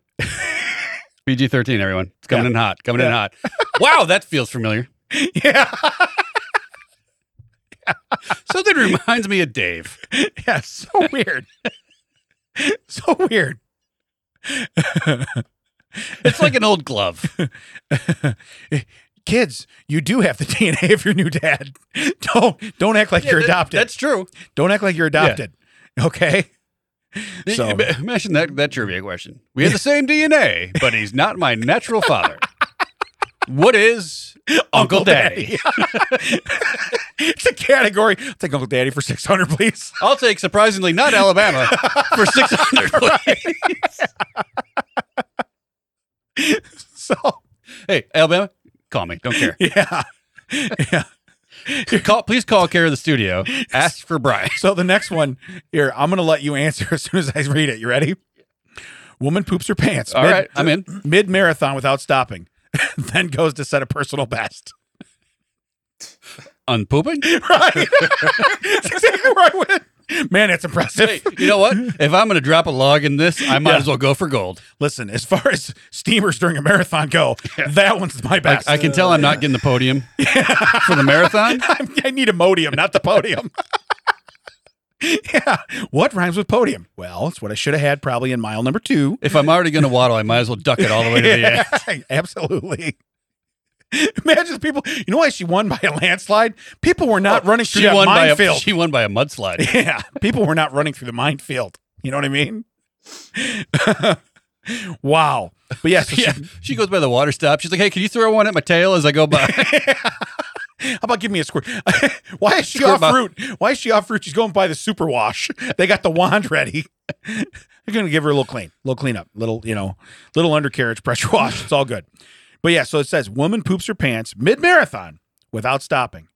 PG thirteen, everyone. It's coming
Yeah.
in hot. Coming in
Yeah.
hot. Wow, that feels familiar.
Yeah.
Something reminds me of Dave.
yeah, so weird. so weird.
It's like an old glove.
Kids, you do have the DNA of your new dad. Don't don't act like you're
Yeah, that-
adopted.
That's true.
don't act like you're adopted. Okay? So-
Im- Imagine that that trivia question. We have the same DNA, but he's not my natural father. What is Uncle, Daddy?
it's a category. I'll take Uncle Daddy for 600, please.
I'll take surprisingly not Alabama for six hundred.
So,
Hey, Alabama, call me. Don't care.
yeah. Yeah.
Call, please call care of the studio. Ask for Brian.
So the next one here, I'm going to let you answer as soon as I read it. You ready? Woman poops her pants.
All right, I'm in.
Mid marathon without stopping, then goes to set a personal best.
Unpooping.
Right. That's exactly where I went. Man, that's impressive.
Hey, you know what? If I'm going to drop a log in this, I might
Yeah.
as well go for gold.
Listen, as far as steamers during a marathon go, that one's my
I,
best.
I can tell I'm
Uh.
not getting the podium for the marathon.
I'm- I need a modium, not the podium. yeah. What rhymes with podium? Well, it's what I should have had probably in mile number two.
If I'm already going to waddle, I might as well duck it all the way to the end.
Absolutely. Imagine the people. You know why she won by a landslide? People were not running through
Oh, She
that
won, by a,
minefield.
she won by a mudslide.
yeah. People were not running through the minefield. You know what I mean? wow. But yes,
Yeah, she goes by the water stop. She's like, "Hey, can you throw one at my tail as I go by?"
How about give me a squirt? Why is she
Squirt
off
bottle.
route? Why is she off route? She's going by the super wash. They got the wand ready. They're gonna give her a little clean, little cleanup, little you know, little undercarriage pressure wash. It's all good. But yeah, so it says woman poops her pants mid marathon without stopping,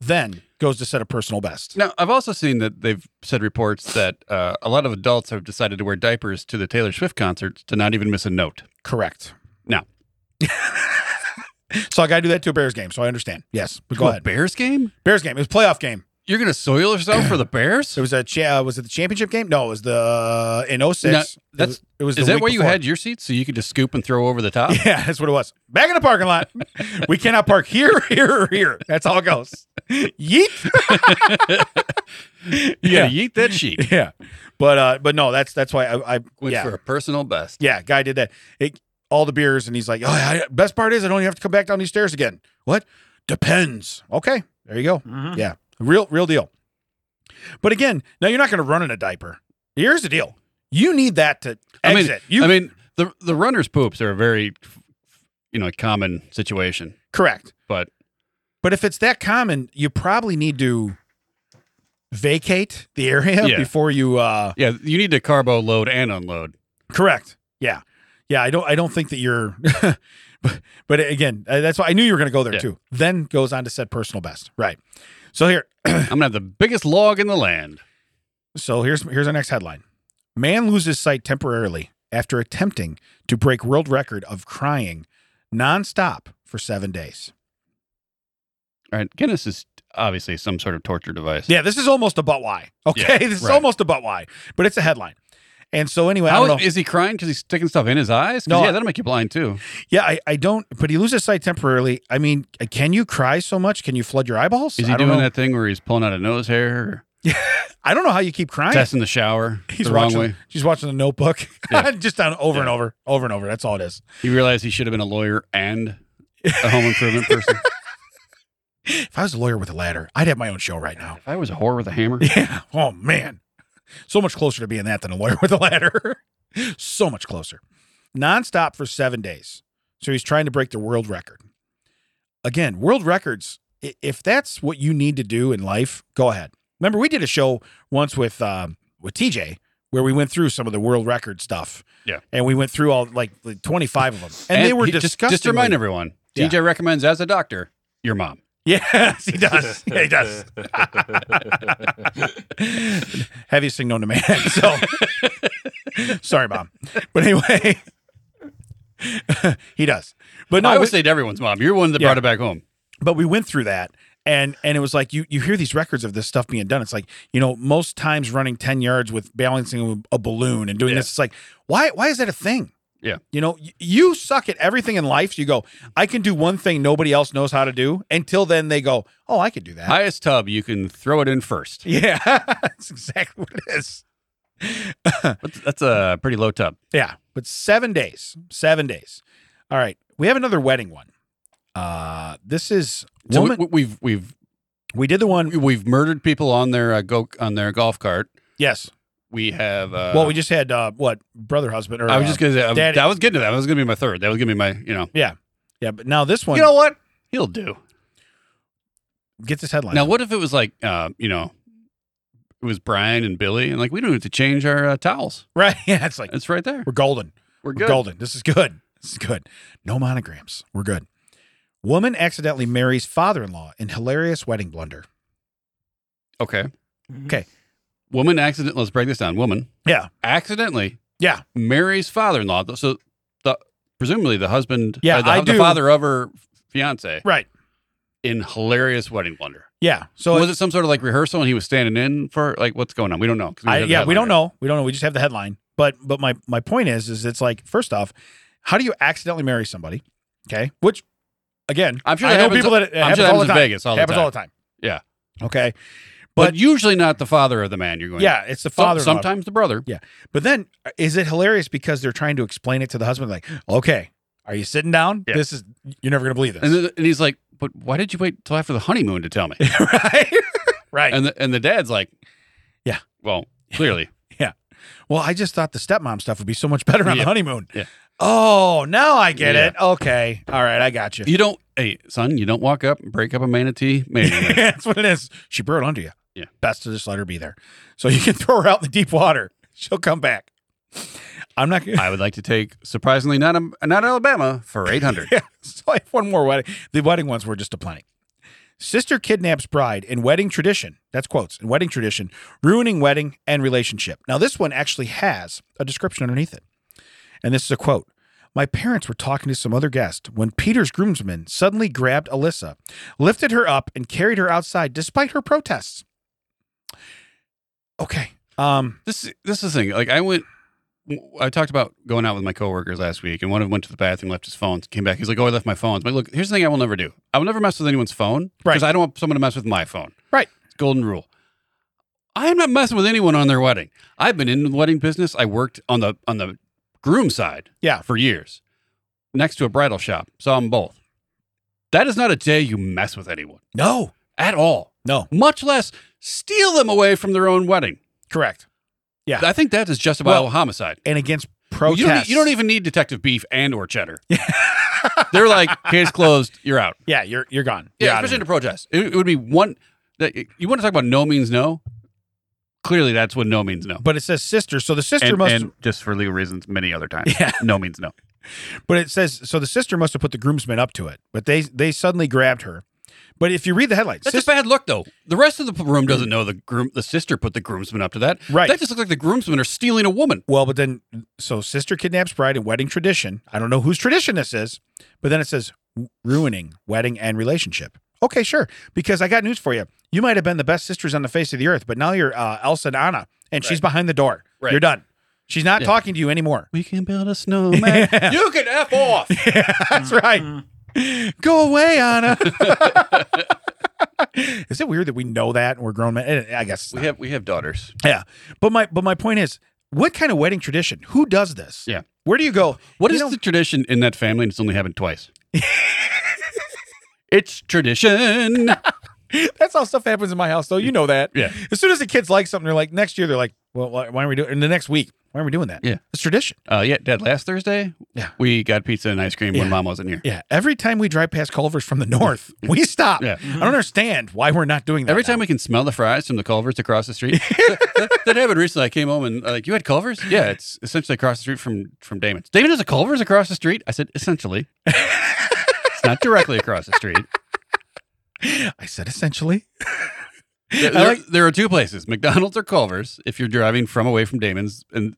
then goes to set a personal best.
now, I've also seen that they've said reports that uh, a lot of adults have decided to wear diapers to the Taylor Swift concerts to not even miss a note.
Correct.
No.
so I gotta do that to a Bears game. So I understand. Yes, but go
To a
ahead.
Bears game?
Bears game. It was a playoff game.
You're going to soil yourself for the Bears?
It was a cha- uh, was it the championship game? No, it was the uh, in 06.
No,
It was-
that's-
it was.
Is
the
that
week
why you
before.
had your seats so you could just scoop and throw over the top?
Yeah, that's what it was. Back in the parking lot. we cannot park here, here, or here. That's all it goes. Yeet.
You got to yeet that sheet.
Yeah. But uh, but no, that's that's why I, I
Went
yeah
for a personal best.
yeah guy did that. It, all the beers and he's like, oh, I, best part is I don't even have to come back down these stairs again. What? Depends. Okay, there you go.
Mm-hmm.
Yeah, real real deal. But again, now you're not going to run in a diaper. Here's the deal. You need that to
I mean-
exit. you
I mean, the the runner's poops are a very, you know, common situation.
correct.
But
But if it's that common, you probably need to vacate the area
Yeah.
before you uh
Yeah, you need to carbo load and unload.
correct. Yeah. Yeah, I don't I don't think that you're but, but again, uh, that's why I knew you were going to go there
Yeah.
too. Then goes on to set personal best. Right. So here
I'm gonna have the biggest log in the land.
So here's here's our next headline. Man loses sight temporarily after attempting to break world record of crying nonstop for seven days.
All right, Guinness is obviously some sort of torture device.
Yeah, this is almost a but why. Okay,
Yeah,
this is
right.
almost a but why, but it's a headline. And so anyway, I
How
don't know.
is, is he crying because he's sticking stuff in his eyes? 'Cause,
No,
yeah,
I-
that'll make you blind too.
yeah, I, I don't. But he loses sight temporarily. I mean, can you cry so much? Can you flood your eyeballs?
Is he
I don't
doing
know.
that thing where he's pulling out a nose hair
I don't know how you keep
or
crying.
testing the shower
He's
the wrong
watching.
way?
She's watching the Notebook,
Yeah.
just down over and
Yeah.
over, over and over. That's all it is.
He realized he should have been a lawyer and a home improvement person.
If I was a lawyer with a ladder, I'd have my own show right now.
if I was a whore with a hammer,
Yeah. Oh man. So much closer to being that than a lawyer with a ladder. so much closer. Nonstop for seven days. So he's trying to break the world record. Again, world records, i- if that's what you need to do in life, go ahead. Remember, we did a show once with um, with TJ where we went through some of the world record stuff.
Yeah.
And we went through all like, like 25 of them. And, they were
he- just,
disgusting.
just to remind everyone,
Yeah.
DJ recommends as a doctor your mom.
Yes, he does. Yeah, he does. heaviest thing known to man. So sorry, mom. But anyway, he does. But
I
no,
always
we,
say to everyone's mom, you're the one that
Yeah.
brought it back home.
but we went through that. And, and it was like you you hear these records of this stuff being done. It's like you know most times running ten yards with balancing a balloon and doing
Yeah.
this. It's like why why is that a thing?
Yeah.
you know y- you suck at everything in life. So you go I can do one thing nobody else knows how to do. Until then they go oh I could do that.
Highest tub, you can throw it in first.
Yeah, that's exactly what it is.
But that's a pretty low tub.
Yeah, but seven days, seven days. All right, we have another wedding one. Uh, this is
So
woman.
we, we've we've
we, did the one.
we've murdered people on their uh, go on their golf cart.
Yes.
We have. Uh,
well, we just had uh, what brother husband or
I was
uh,
just gonna say. I was,
Daddy-
that was getting to that. That was gonna be my third. That was gonna be my. You know.
yeah, but now this one.
You know what? He'll do.
get this headline.
Now, what if it was like, uh, you know, it was Brian and Billy, and like we don't have to change our uh, towels.
right? Yeah, it's like
It's right there.
we're golden.
We're
We're
good.
golden. This is good. This is good. No monograms. We're good. Woman accidentally marries father-in-law in hilarious wedding blunder.
Okay. Mm-hmm.
Okay.
Woman accident. Let's break this down. Woman.
Yeah.
Accidentally.
Yeah.
Marries father-in-law. So the presumably the husband.
Yeah,
uh, the,
I
the
do-
father of her fiance
Right.
in hilarious wedding blunder.
Yeah. So
So was it some sort of like rehearsal and he was standing in for like what's going on? We don't know. 'cause
I,
have the
yeah, we
headline.
don't know. We don't know. We just have the headline. But but my my point is is it's like first off, how do you accidentally marry somebody? Okay, which again,
I'm sure
I
that
know
happens-
people that it
I'm
happens
sure that
all
happens
the
in
time.
Vegas all
happens
the time.
all the time.
Yeah.
Okay.
but,
But-
usually not the father of the man you're going.
Yeah, it's the
Some-
father.
sometimes the brother.
But then is it hilarious because they're trying to explain it to the husband? Like, okay, are you sitting down?
Yeah.
This is you're never gonna believe this,
And, then, and he's like, "But why did you wait till after the honeymoon to tell me?"
right? right.
and the, and the dad's like,
Yeah.
well, clearly,
well, I just thought the stepmom stuff would be so much better on
Yeah.
the honeymoon.
Yeah.
Oh, now I get
Yeah.
it. Okay, all right, I got you.
you don't. Hey, son, you don't walk up and break up a manatee. Maybe
That's what it is. She burrowed under you.
Yeah.
Best to just let her be there. So you can throw her out in the deep water. She'll come back. I'm not gonna
I would like to take surprisingly not not Alabama for eight hundred.
yeah, so I have one more wedding. The wedding ones were just a plenty. Sister kidnaps bride in wedding tradition. That's quotes in wedding tradition, ruining wedding and relationship. Now, this one actually has a description underneath it. And this is a quote My parents were talking to some other guest when Peter's groomsman suddenly grabbed Alyssa, lifted her up, and carried her outside despite her protests. Okay. Um,
This this is the thing. Like I went. I talked about going out with my coworkers last week, and one of them went to the bathroom, left his phone, came back. He's like, "Oh, I left my phone." I'm like, look, here's the thing: I will never do. I will never mess with anyone's phone because
Right.
I don't want someone to mess with my phone.
Right.
It's a golden rule. I am not messing with anyone on their wedding. I've been in the wedding business. I worked on the on the groom side,
Yeah.
for years, next to a bridal shop. Saw them both. That is not a day you mess with anyone
no,
at all,
no,
much less steal them away from their own wedding.
correct.
I think that is justifiable
Well,
homicide.
And against
You don't,
protests.
need- you don't even need detective beef and or cheddar. They're like case closed. You're out.
Yeah, you're you're gone. You're
Yeah,
out of
especially
here.
in a protest. It, it would be one. That, you want to talk about no means no? clearly that's when no means no.
But it says sister, so the sister
And,
must.
and just for legal reasons, many other times.
Yeah.
No means no.
But it says so the sister must have put the groomsmen up to it, but they they suddenly grabbed her. But if you read the headlights,
That's a bad look, though. The rest of the room doesn't know the groom, the sister put the groomsman up to that.
Right.
That just looks like the groomsmen are stealing a woman.
well, but then so sister kidnaps bride in wedding tradition. I don't know whose tradition this is, but then it says ruining wedding and relationship. Okay, sure. Because I got news for you. You might have been the best sisters on the face of the earth, but now you're uh, Elsa and Anna, and she's
Right.
behind the door.
Right.
You're done. She's not
Yeah.
talking to you anymore.
We can build a snowman. you can f off.
That's right.
Mm-hmm.
Go away, Anna. is it weird that we know that and we're grown men? Eh, I guess it's
We have we have daughters.
Yeah, but my but my point is, what kind of wedding tradition? Who does this?
Yeah.
where do you go?
What
You
is
know-
the tradition in that family? And it's only happened twice. it's tradition.
That's how stuff happens in my house, though. You know that.
Yeah.
As soon as the kids like something, they're like, next year, they're like, well, why, why are we doing? In the next week, why are we doing that?
Yeah.
it's tradition.
Uh, yeah, Dad. Last Thursday,
Yeah.
we got pizza and ice cream
Yeah.
when Mom wasn't here.
Yeah. Every time we drive past Culver's from the north, we stop.
Yeah.
I don't understand why we're not doing that.
Every
now.
time we can smell the fries from the Culvers across the street. that, that happened recently. I came home and uh, like, you had Culvers? Yeah, it's essentially across the street from from Damon's. Damon has a Culvers across the street. I said essentially. it's not directly across the street.
I said essentially.
There,
I
there-
like-
there are two places: McDonald's or Culvers. If you're driving from away from Damon's, and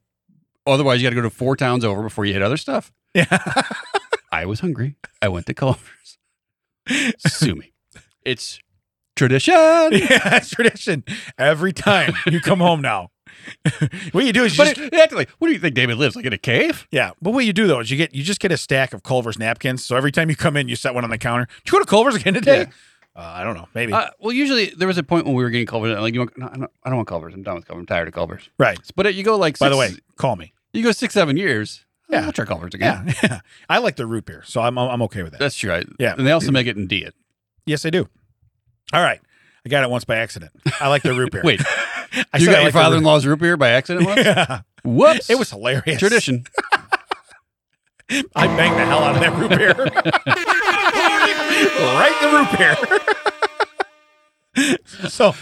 otherwise you got to go to four towns over before you hit other stuff.
Yeah.
I was hungry. I went to Culvers. Sue me. It's tradition.
yeah, it's tradition. Every time you come home now, what you do is you just
But it, it, like, what do you think David lives like in a cave?
Yeah, but what you do though is you get you just get a stack of Culver's napkins. So every time you come in, you set one on the counter. Did you go to Culver's again today? Uh, I don't know, maybe.
Uh, well, usually there was a point when we were getting Culvers. and I'm like, you want, no, I, don't, I don't want Culvers. I'm done with Culvers. I'm tired of Culvers.
right.
But uh, you go like, six,
By the way, call me.
you go six, seven years.
Yeah.
Yeah, I'll try Culvers again.
Yeah, yeah. I like the root beer, so I'm I'm okay with that.
That's true. I-
Yeah.
and they also make it in Diet.
yes, I do. All right, I got it once by accident. I like the root beer.
Wait,
I
you
said I
got your
like the root-
father-in-law's root beer by accident? Once?
Yeah,
Whoops!
it was hilarious.
tradition.
I banged the hell out of that root beer. right the root beer. so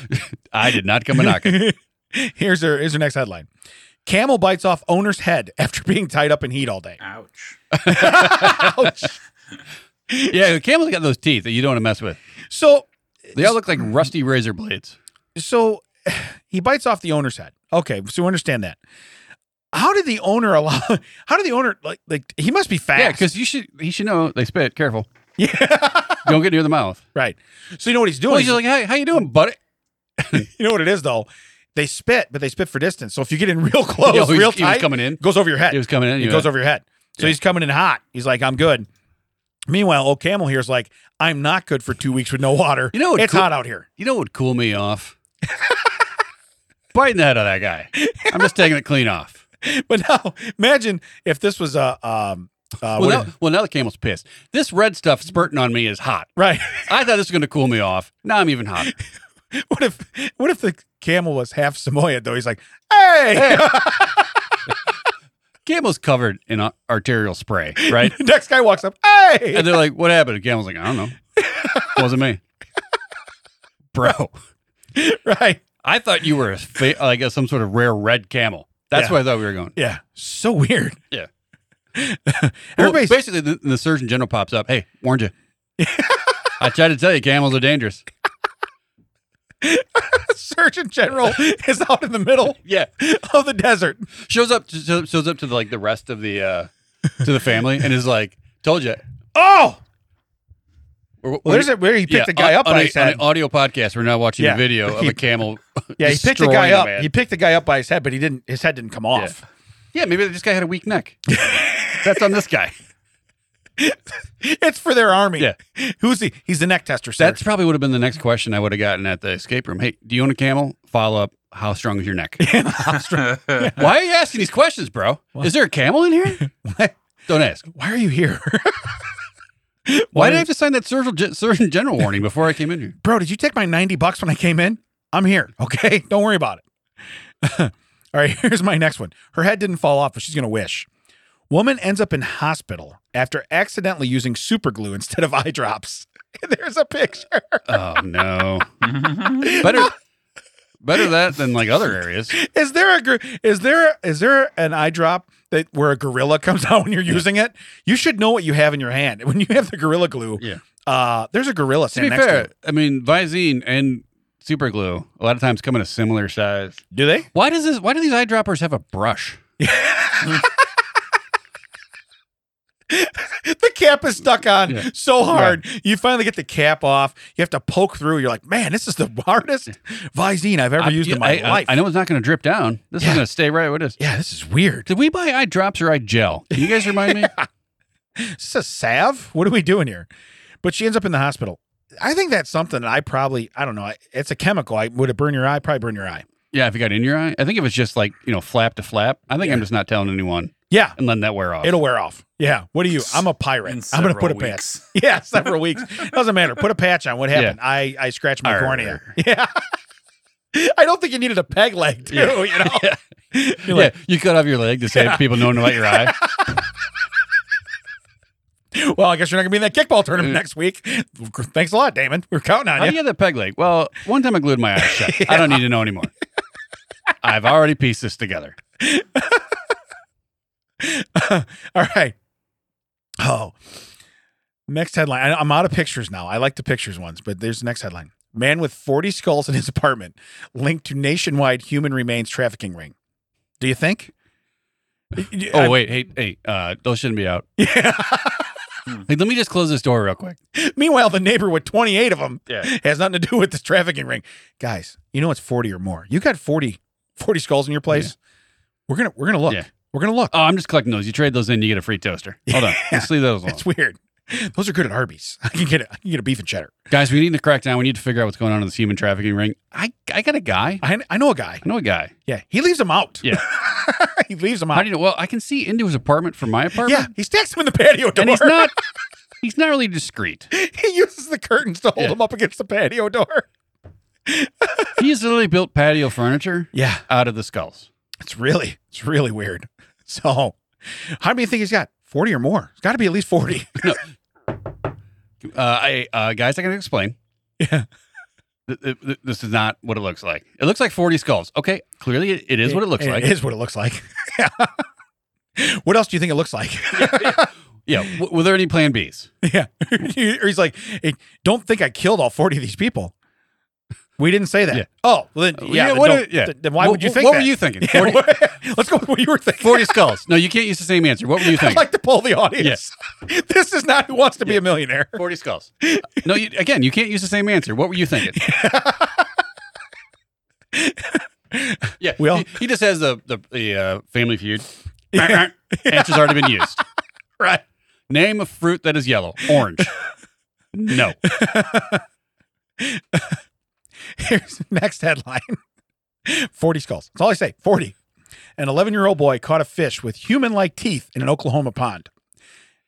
I did not come a knocking.
here's her here's her next headline. Camel bites off owner's head after being tied up in heat all day.
Ouch.
Ouch.
Yeah, camels got those teeth that you don't want to mess with.
So
They all look like rusty razor blades.
so he bites off the owner's head. Okay, so we understand that. How did the owner allow how did the owner like like he must be fast.
Yeah, because you should. He should know they spit. Careful,
Yeah.
don't get near the mouth.
right. So you know what he's doing?
Well, he's like, "Hey, how you doing, buddy?"
you know what it is though? They spit, but they spit for distance. So if you get in real close,
Yo, he,
real
he was
tight,
coming in.
it goes over your head.
He was coming in.
It
you
goes
know.
over your head. So he's coming in hot. He's like, I'm good. Meanwhile, old camel here is like, I'm not good for two weeks with no water.
You know what
it's
cool-
hot out here.
You know what would cool me off? Biting the head out of that guy. I'm just taking it clean off.
But now imagine if this was a um uh,
Well
what-
now, well, now the camel's pissed. This red stuff spurting on me is hot.
right.
I thought this was going to cool me off. Now I'm even hotter.
what if what if the camel was half Samoyed though? He's like, hey,
Camel's covered in uh, arterial spray, right?
next guy walks up, hey,
And they're like, "What happened?" And Camel's like, "I don't know. wasn't me, bro.
right.
I thought you were a fa- like a, some sort of rare red camel. That's
Yeah.
where I thought we were going."
Yeah. So weird.
Yeah. Well,
Everybody's
basically, the, the Surgeon General pops up. Hey, warned you. I tried to tell you, camels are dangerous.
Surgeon General is out in the middle
Yeah,
of the desert.
shows up to, show- shows up to the, like the rest of the uh to the family and is like, "Told you."
Oh,
We're- we're-
well, there's it where he picked
yeah,
a guy
on-
up
on,
by
a-
his
on
head.
an audio podcast. We're now watching
Yeah.
a video of
He-
a camel.
Yeah, he picked the
destroying
guy up.
man.
He picked the guy up by his head, but he didn't. His head didn't come off.
yeah, maybe this guy had a weak neck. That's on this guy.
It's for their army.
Yeah.
Who's he? He's the neck tester. Sir.
That's probably would have been the next question I would have gotten at the escape room. Hey, do you own a camel? Follow up. How strong is your neck? Why are you asking these questions, bro? Is there a camel in here? Don't ask.
Why are you here,
Why did I have to sign that surgeon, Gen- surgeon general warning before I came in here?
bro? Did you take my ninety bucks when I came in? I'm here. Okay, don't worry about it. All right, here's my next one. Her head didn't fall off, but she's gonna wish. Woman ends up in hospital after accidentally using super glue instead of eye drops. There's a picture.
Oh no. Oh, Better Better that than like other areas.
Is there a gr- is there is there an eye drop that where a gorilla comes out when you're using it? You should know what you have in your hand when you have the gorilla glue.
Yeah.
Uh, there's a gorilla
To be
standing next to
fair,
it.
I mean, Visine and super glue a lot of times come in a similar size.
Do they?
Why does this? Why do these eyedroppers have a brush?
The cap is stuck on
Yeah.
so hard. You finally get the cap off. You have to poke through. You're like, man, this is the hardest Visine I've ever
I-
used in my
I, I-
life.
I, know it's not going to drip down. This
Yeah.
is going to stay right where it is.
Yeah, this is weird.
Did we buy eye drops or eye gel? Can you guys remind me?
Is this a salve? What are we doing here? But she ends up in the hospital. I think that's something that I probably, I don't know. I- It's a chemical. I would it burn your eye? Probably burn your eye.
Yeah, if it got in your eye. I think if it's just like, you know, flap to flap, I think I'm just not telling anyone
Yeah.
and letting that wear off.
It'll wear off. Yeah. What do you? I'm a
In
pirate. I'm gonna put a
several
patch.
weeks.
Yeah, several weeks. Doesn't matter. Put a patch on. What happened? I I scratched my
Arr.
cornea. Yeah. I don't think you needed a peg leg too.
Yeah.
You know.
yeah,
like-
you cut off your leg to save people knowing about your eye.
Well, I guess you're not gonna be in that kickball tournament next week. Thanks a lot, Damon. We're counting on
How do
you.
you have that peg leg? Well, one time I glued my eye shut. I don't need to know anymore. I've already pieced this together.
All right. Oh. Next headline. I- I'm out of pictures now. I like the pictures ones, but there's the next headline. Man with 40 skulls in his apartment linked to nationwide human remains trafficking ring. Do you think?
Oh, wait, hey, hey, uh, those shouldn't be out.
Yeah.
Like, let me just close this door real quick.
Meanwhile, the neighbor with 28 of them
Yeah.
has nothing to do with this trafficking ring. Guys, you know it's 40 or more. You got 40, 40 skulls in your place. We're gonna we're gonna look.
Yeah.
We're gonna look.
Oh, I'm just collecting those. You trade those in, you get a free toaster. Hold on. Let's leave those alone.
That's weird. Those are good at Arby's. I can get a, I can get a beef and cheddar.
Guys, we need to crack down. We need to figure out what's going on in this human trafficking ring. I, I got a guy.
I, I know a guy.
I know a guy.
Yeah, he leaves them out.
Yeah.
he leaves them
How
out.
do you know? Well, I can see into his apartment from my apartment.
yeah, he stacks them in the patio door.
and he's not he's not really discreet.
he uses the curtains to hold
Yeah.
them up against the patio door.
He's literally built patio furniture
Yeah,
out of the skulls.
it's really it's really weird. So, how many do you think he's got? Forty or more? It's got to be at least forty.
Uh, I uh, guys, I can explain.
Yeah.
Th- th- th- This is not what it looks like. It looks like 40 skulls. Okay, clearly it- it is what it looks like.
It is what it looks like. Yeah. What else do you think it looks like?
Yeah. W- were there any plan Bs?
yeah. or he's like, hey, don't think I killed all 40 of these people. We didn't say that.
Yeah.
Oh, well, then, yeah, then
what
don't-
are- yeah.
th- then why
Wh-
would you
wh-
think
What
that?
were you thinking?
Yeah,
40,
what- let's go with what you were thinking.
40 skulls. No, you can't use the same answer. What were you
I'd
thinking?
like to poll the audience. this is not who wants to be a millionaire.
40 skulls. Uh, No, you, again, you can't use the same answer. What were you thinking? yeah.
Well-
he, he just has the the, the uh, family feud.
Yeah.
Answer's already been used.
Right.
Name a fruit that is yellow. Orange. No.
Here's the next headline 40 skulls. That's all I say 40. An 11 year old boy caught a fish with human like teeth in an Oklahoma pond.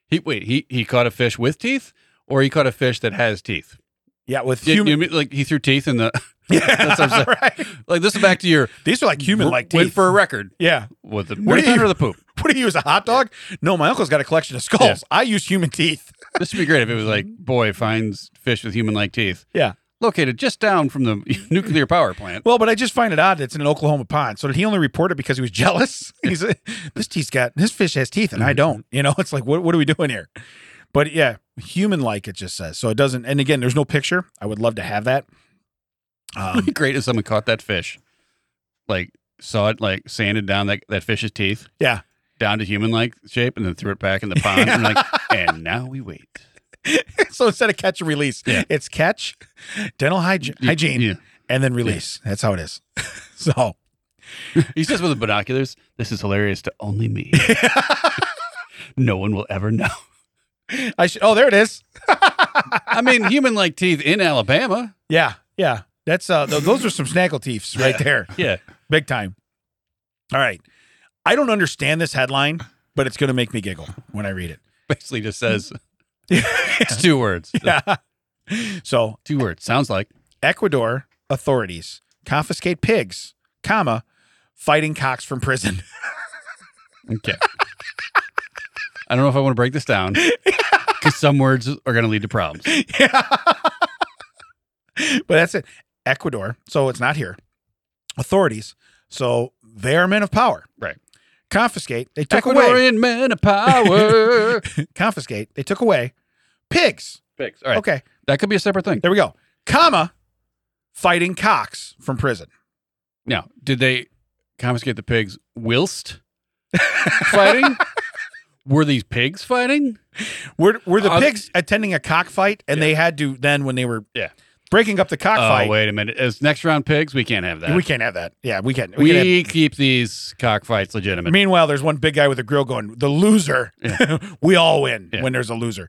He wait, he he caught a fish with teeth or he caught a fish that has teeth.
Yeah, with
Yeah,
human.
you mean, like he threw teeth in the
Yeah,
That's what I'm
right.
like this is back to your
These are like human like
went
teeth.
for a record.
yeah.
With the
What do
marathon
you-
or the poop.
What do you use a hot dog? No, my uncle's got a collection of skulls. I use human teeth.
This would be great if it was like boy finds fish with human like teeth.
Yeah.
Located just down from the nuclear power plant.
Well, but I just find it odd that it's in an Oklahoma pond. So did he only report it because he was jealous? He's uh, this teeth's got this fish has teeth and I
Mm-hmm.
don't. You know, it's like what what are we doing here? But yeah, human like it just says. So it doesn't and again, there's no picture. I would love to have that.
It'd
Um,
be great if someone caught that fish, like saw it like sanded down that, that fish's teeth.
Yeah.
Down to human like shape and then threw it back in the pond. And like, and now we wait.
so instead of catch and release,
Yeah.
it's catch, dental hygiene, hygiene
Yeah.
and then release. That's how it is. so
He says with the binoculars, this is hilarious to only me. no one will ever know.
I should oh there it is.
I mean, human like teeth in Alabama.
Yeah, yeah. That's uh th- those are some snackle teeths right there.
Yeah.
Big time. All right. I don't understand this headline, but it's gonna make me giggle when I read it.
Basically just says it's two words.
Yeah. So
Two words. Sounds like
Ecuador authorities confiscate pigs, comma, fighting cocks from prison.
Okay. I don't know if I want to break this down because some words are going to lead to problems.
yeah. but that's it. Ecuador. So it's not here. authorities. So they are men of power.
Right.
Confiscate. They took away.
Ecuadorian men of power.
Confiscate. They took away pigs.
Pigs. All right.
Okay.
That could be a separate thing.
There we go. Comma, fighting cocks from prison.
Now, did they confiscate the pigs whilst fighting? Were these pigs fighting?
Were, were the
Uh,
pigs attending a cockfight and they had to then when they were
Yeah.
breaking up the
oh,
cockfight?
wait a minute. As next round pigs, we can't have that.
we
We,
can't have that. Yeah, we can't. We, can't have-
keep these cockfights legitimate.
Meanwhile, there's one big guy with a grill going, the loser. we all win
Yeah.
when there's a loser.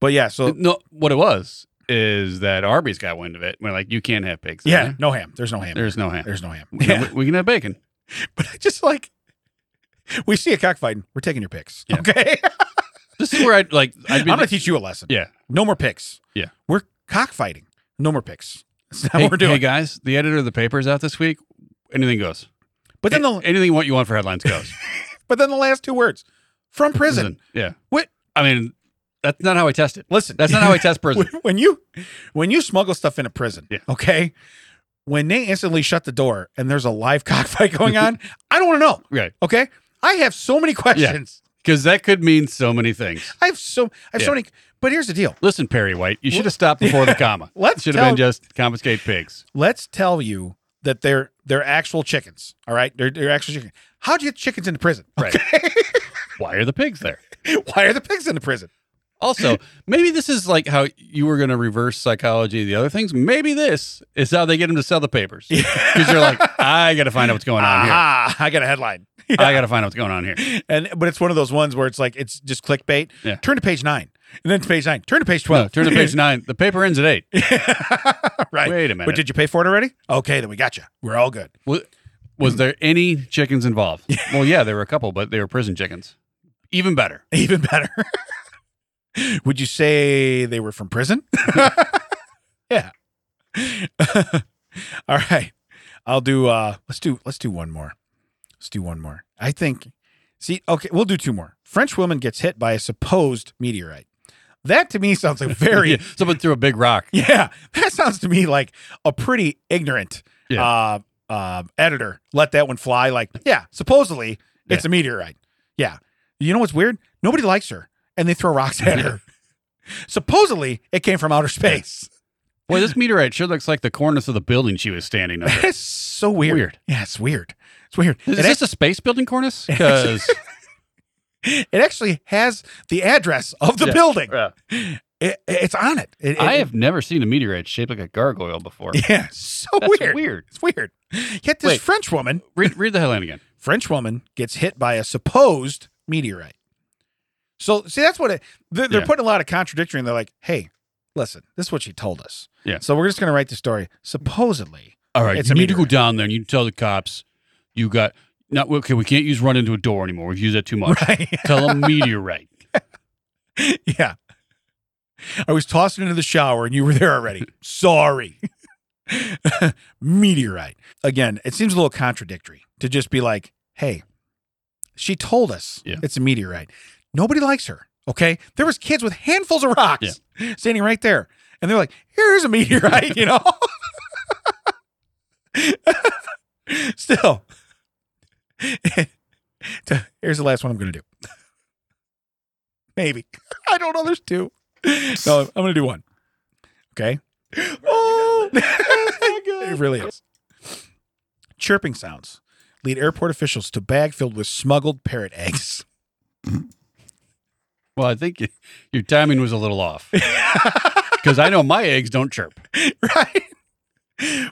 But yeah, so
no, what it was is that Arby's got wind of it. We're like, you can't have pigs. in
yeah,
there.
no ham. There's no ham.
There's no ham.
There's no ham.
You know, we- we can have bacon.
But I just like we see a cockfighting. We're taking your picks.
Yeah.
Okay.
This is where I'd like, I'd
I'm
be,
gonna teach you a lesson.
yeah.
No more picks.
Yeah.
We're cockfighting. No more picks. That's not
Hey,
what we're doing.
hey, guys, the editor of the paper's out this week. Anything goes.
but then the
anything what you want for headlines goes.
but then the last two words. From prison.
Yeah.
What-
I mean, that's not how I test it.
Listen.
That's not how I test prison.
when- when you when you smuggle stuff into prison,
Yeah.
okay? When they instantly shut the door and there's a live cockfight going on, I don't want to know.
right.
Okay, I have so many questions.
Because that could mean so many things.
I have so I have so
Yeah.
many. But here's the deal.
Listen, Perry White, you should have stopped before the comma.
Let's
should have been
tell-
just confiscate pigs.
Let's tell you that they're they're actual chickens. All right, they're they're actual chickens. How'd you get chickens into prison?
Right. Why are the pigs there?
Why are the pigs in the prison?
Also, maybe this is like how you were going to reverse psychology of the other things. Maybe this is how they get them to sell the papers. Because you're like, I got to find out what's going on here.
Aha! I got a headline,
I got to find out what's going on here.
and but it's one of those ones where it's like it's just clickbait.
Yeah.
Turn to page nine, and then to page nine. Turn to page
Well,
twelve.
turn to page nine. The paper ends at eight.
right.
Wait a minute.
But did you pay for it already? Okay, then we got you. We're all good.
Wa- Was there any chickens involved? Well, yeah, there were a couple, but they were prison chickens. Even better.
Even better. Would you say they were from prison? yeah. All right. I'll do uh let's do let's do one more. Let's do one more. I think see, okay, we'll do two more. French woman gets hit by a supposed meteorite. That to me sounds like very
Yeah, someone threw a big rock.
Yeah, that sounds to me like a pretty ignorant
Yeah.
uh, uh, editor let that one fly. Like, yeah, supposedly it's a meteorite. Yeah. You know what's weird? Nobody likes her and they throw rocks at her. supposedly it came from outer space.
Boy, this meteorite sure looks like the cornice of the building she was standing under.
That's so weird.
Weird.
Yeah, it's weird. It's weird.
Is
It,
this a space building cornice? Because
act- it actually has the address of the
Yeah.
building. It, it's on it. It-
I
it-
have never seen a meteorite shaped like a gargoyle before.
Yeah, so
That's
weird.
weird.
It's weird. Yet this
Wait.
French woman
Read, read the headline again.
French woman gets hit by a supposed meteorite. So see, that's what it. They're, they're
Yeah.
putting a lot of contradictory, and they're like, "Hey, listen, this is what she told us."
Yeah.
So we're just gonna write the story. Supposedly,
All right,
It's a
you need to go
meteorite.
down there and you tell the cops you got. Not okay. We can't use run into a door anymore. We've used that too much.
right?
Tell them meteorite.
yeah. I was tossed into the shower, and you were there already. Sorry. meteorite. Again, it seems a little contradictory to just be like, "Hey, she told us
Yeah.
it's a meteorite." Nobody likes her. Okay, there was kids with handfuls of rocks standing right there, and they're like, "Here's a meteorite," you know. Still, here's the last one I'm going to do. Maybe I don't know. There's two. No, I'm going to do one. Okay. Oh, it really is. Chirping sounds lead airport officials to bag filled with smuggled parrot eggs.
Well, I think y- your timing was a little off because I know my eggs don't chirp.
right?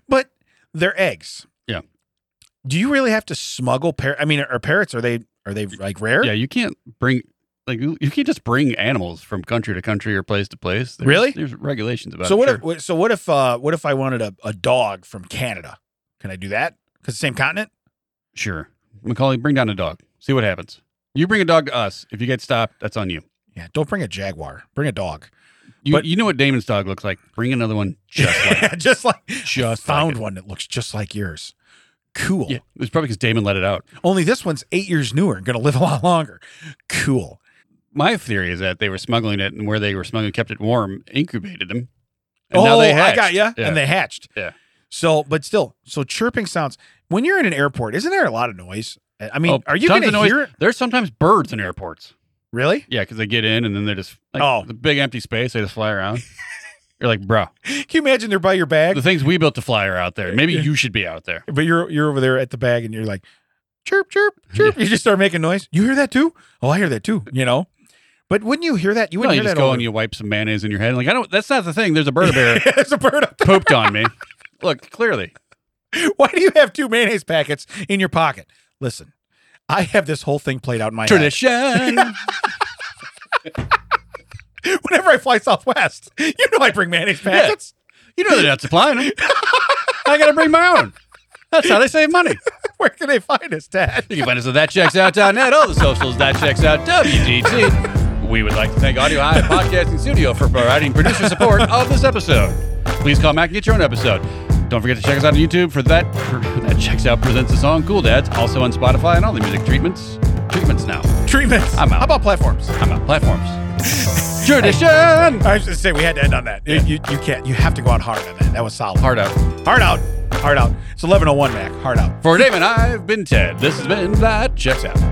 But they're eggs.
Yeah.
Do you really have to smuggle parrot? I mean, are parrots are they are they like rare?
Yeah, you can't bring like you you can't just bring animals from country to country or place to place. There's,
Really?
There's regulations about.
so what?
it, sure.
If, so what if uh, what if I wanted a, a dog from Canada? Can I do that? Because the same continent.
Sure, Macaulay, bring down a dog. See what happens. You bring a dog to us. If you get stopped, that's on you.
Yeah. Don't bring a jaguar. Bring a dog.
You,
But-
you know what Damon's dog looks like. Bring another one just like
just like
just
found
Like
one that looks just like yours. Cool.
it. Yeah, it was probably because Damon let it out.
Only this one's eight years newer and going to live a lot longer. Cool.
My theory is that they were smuggling it, and where they were smuggling, kept it warm, incubated them, and now they
Oh, I
hatched.
got you.
Yeah.
And they hatched.
Yeah.
So, but still, so chirping sounds when you're in an airport. Isn't there a lot of noise? I mean,
Oh,
are you
tons
going to
of noise.
hear it?
There's sometimes birds in airports.
Really?
Yeah, because they get in and then they're just like,
Oh.
the big empty space. They just fly around. You're like, bro,
Can you imagine they're by your bag,
the things we built to fly are out there. Maybe
Yeah.
you should be out there.
but you're you're over there at the bag and you're like chirp chirp chirp. You just start making noise. You hear that too? Oh, I hear that too. You know. But wouldn't you hear that? You
Well,
wouldn't
you
hear
just
that.
go
over-
and you wipe some mayonnaise in your head. Like I don't. That's not the thing. There's a bird bear
There's a bird up
pooped on me. Look, clearly,
there. Why do you have two mayonnaise packets in your pocket? Listen, I have this whole thing played out in my head.
tradition.
Whenever I fly Southwest, you know I bring mayonnaise packets.
You know they're not supplying them. I got to bring my own. That's how they save money.
Where can they find us, Dad?
You can find us at thatchecksout.net, all the socials, that checks out, WDT. We would like to thank Audio High Podcasting Studio for providing producer support of this episode. Please call Mac and get your own episode. Don't forget to check us out on YouTube for that. That checks out presents the song Cool Dads, also on Spotify and all the music treatments. Treatments now.
Treatments.
I'm out.
How about platforms?
I'm on platforms. Tradition.
I was just say we had to end on that. You, you, you can't. You have to go out hard on that. That was solid.
Hard out.
Hard out. Hard out. It's 11:01, Mac. Hard out.
For Damon, I've been Ted. This has been that checks out.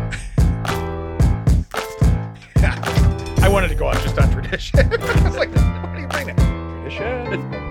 I wanted to go out just on tradition. I was like, what are you bringing? Tradition.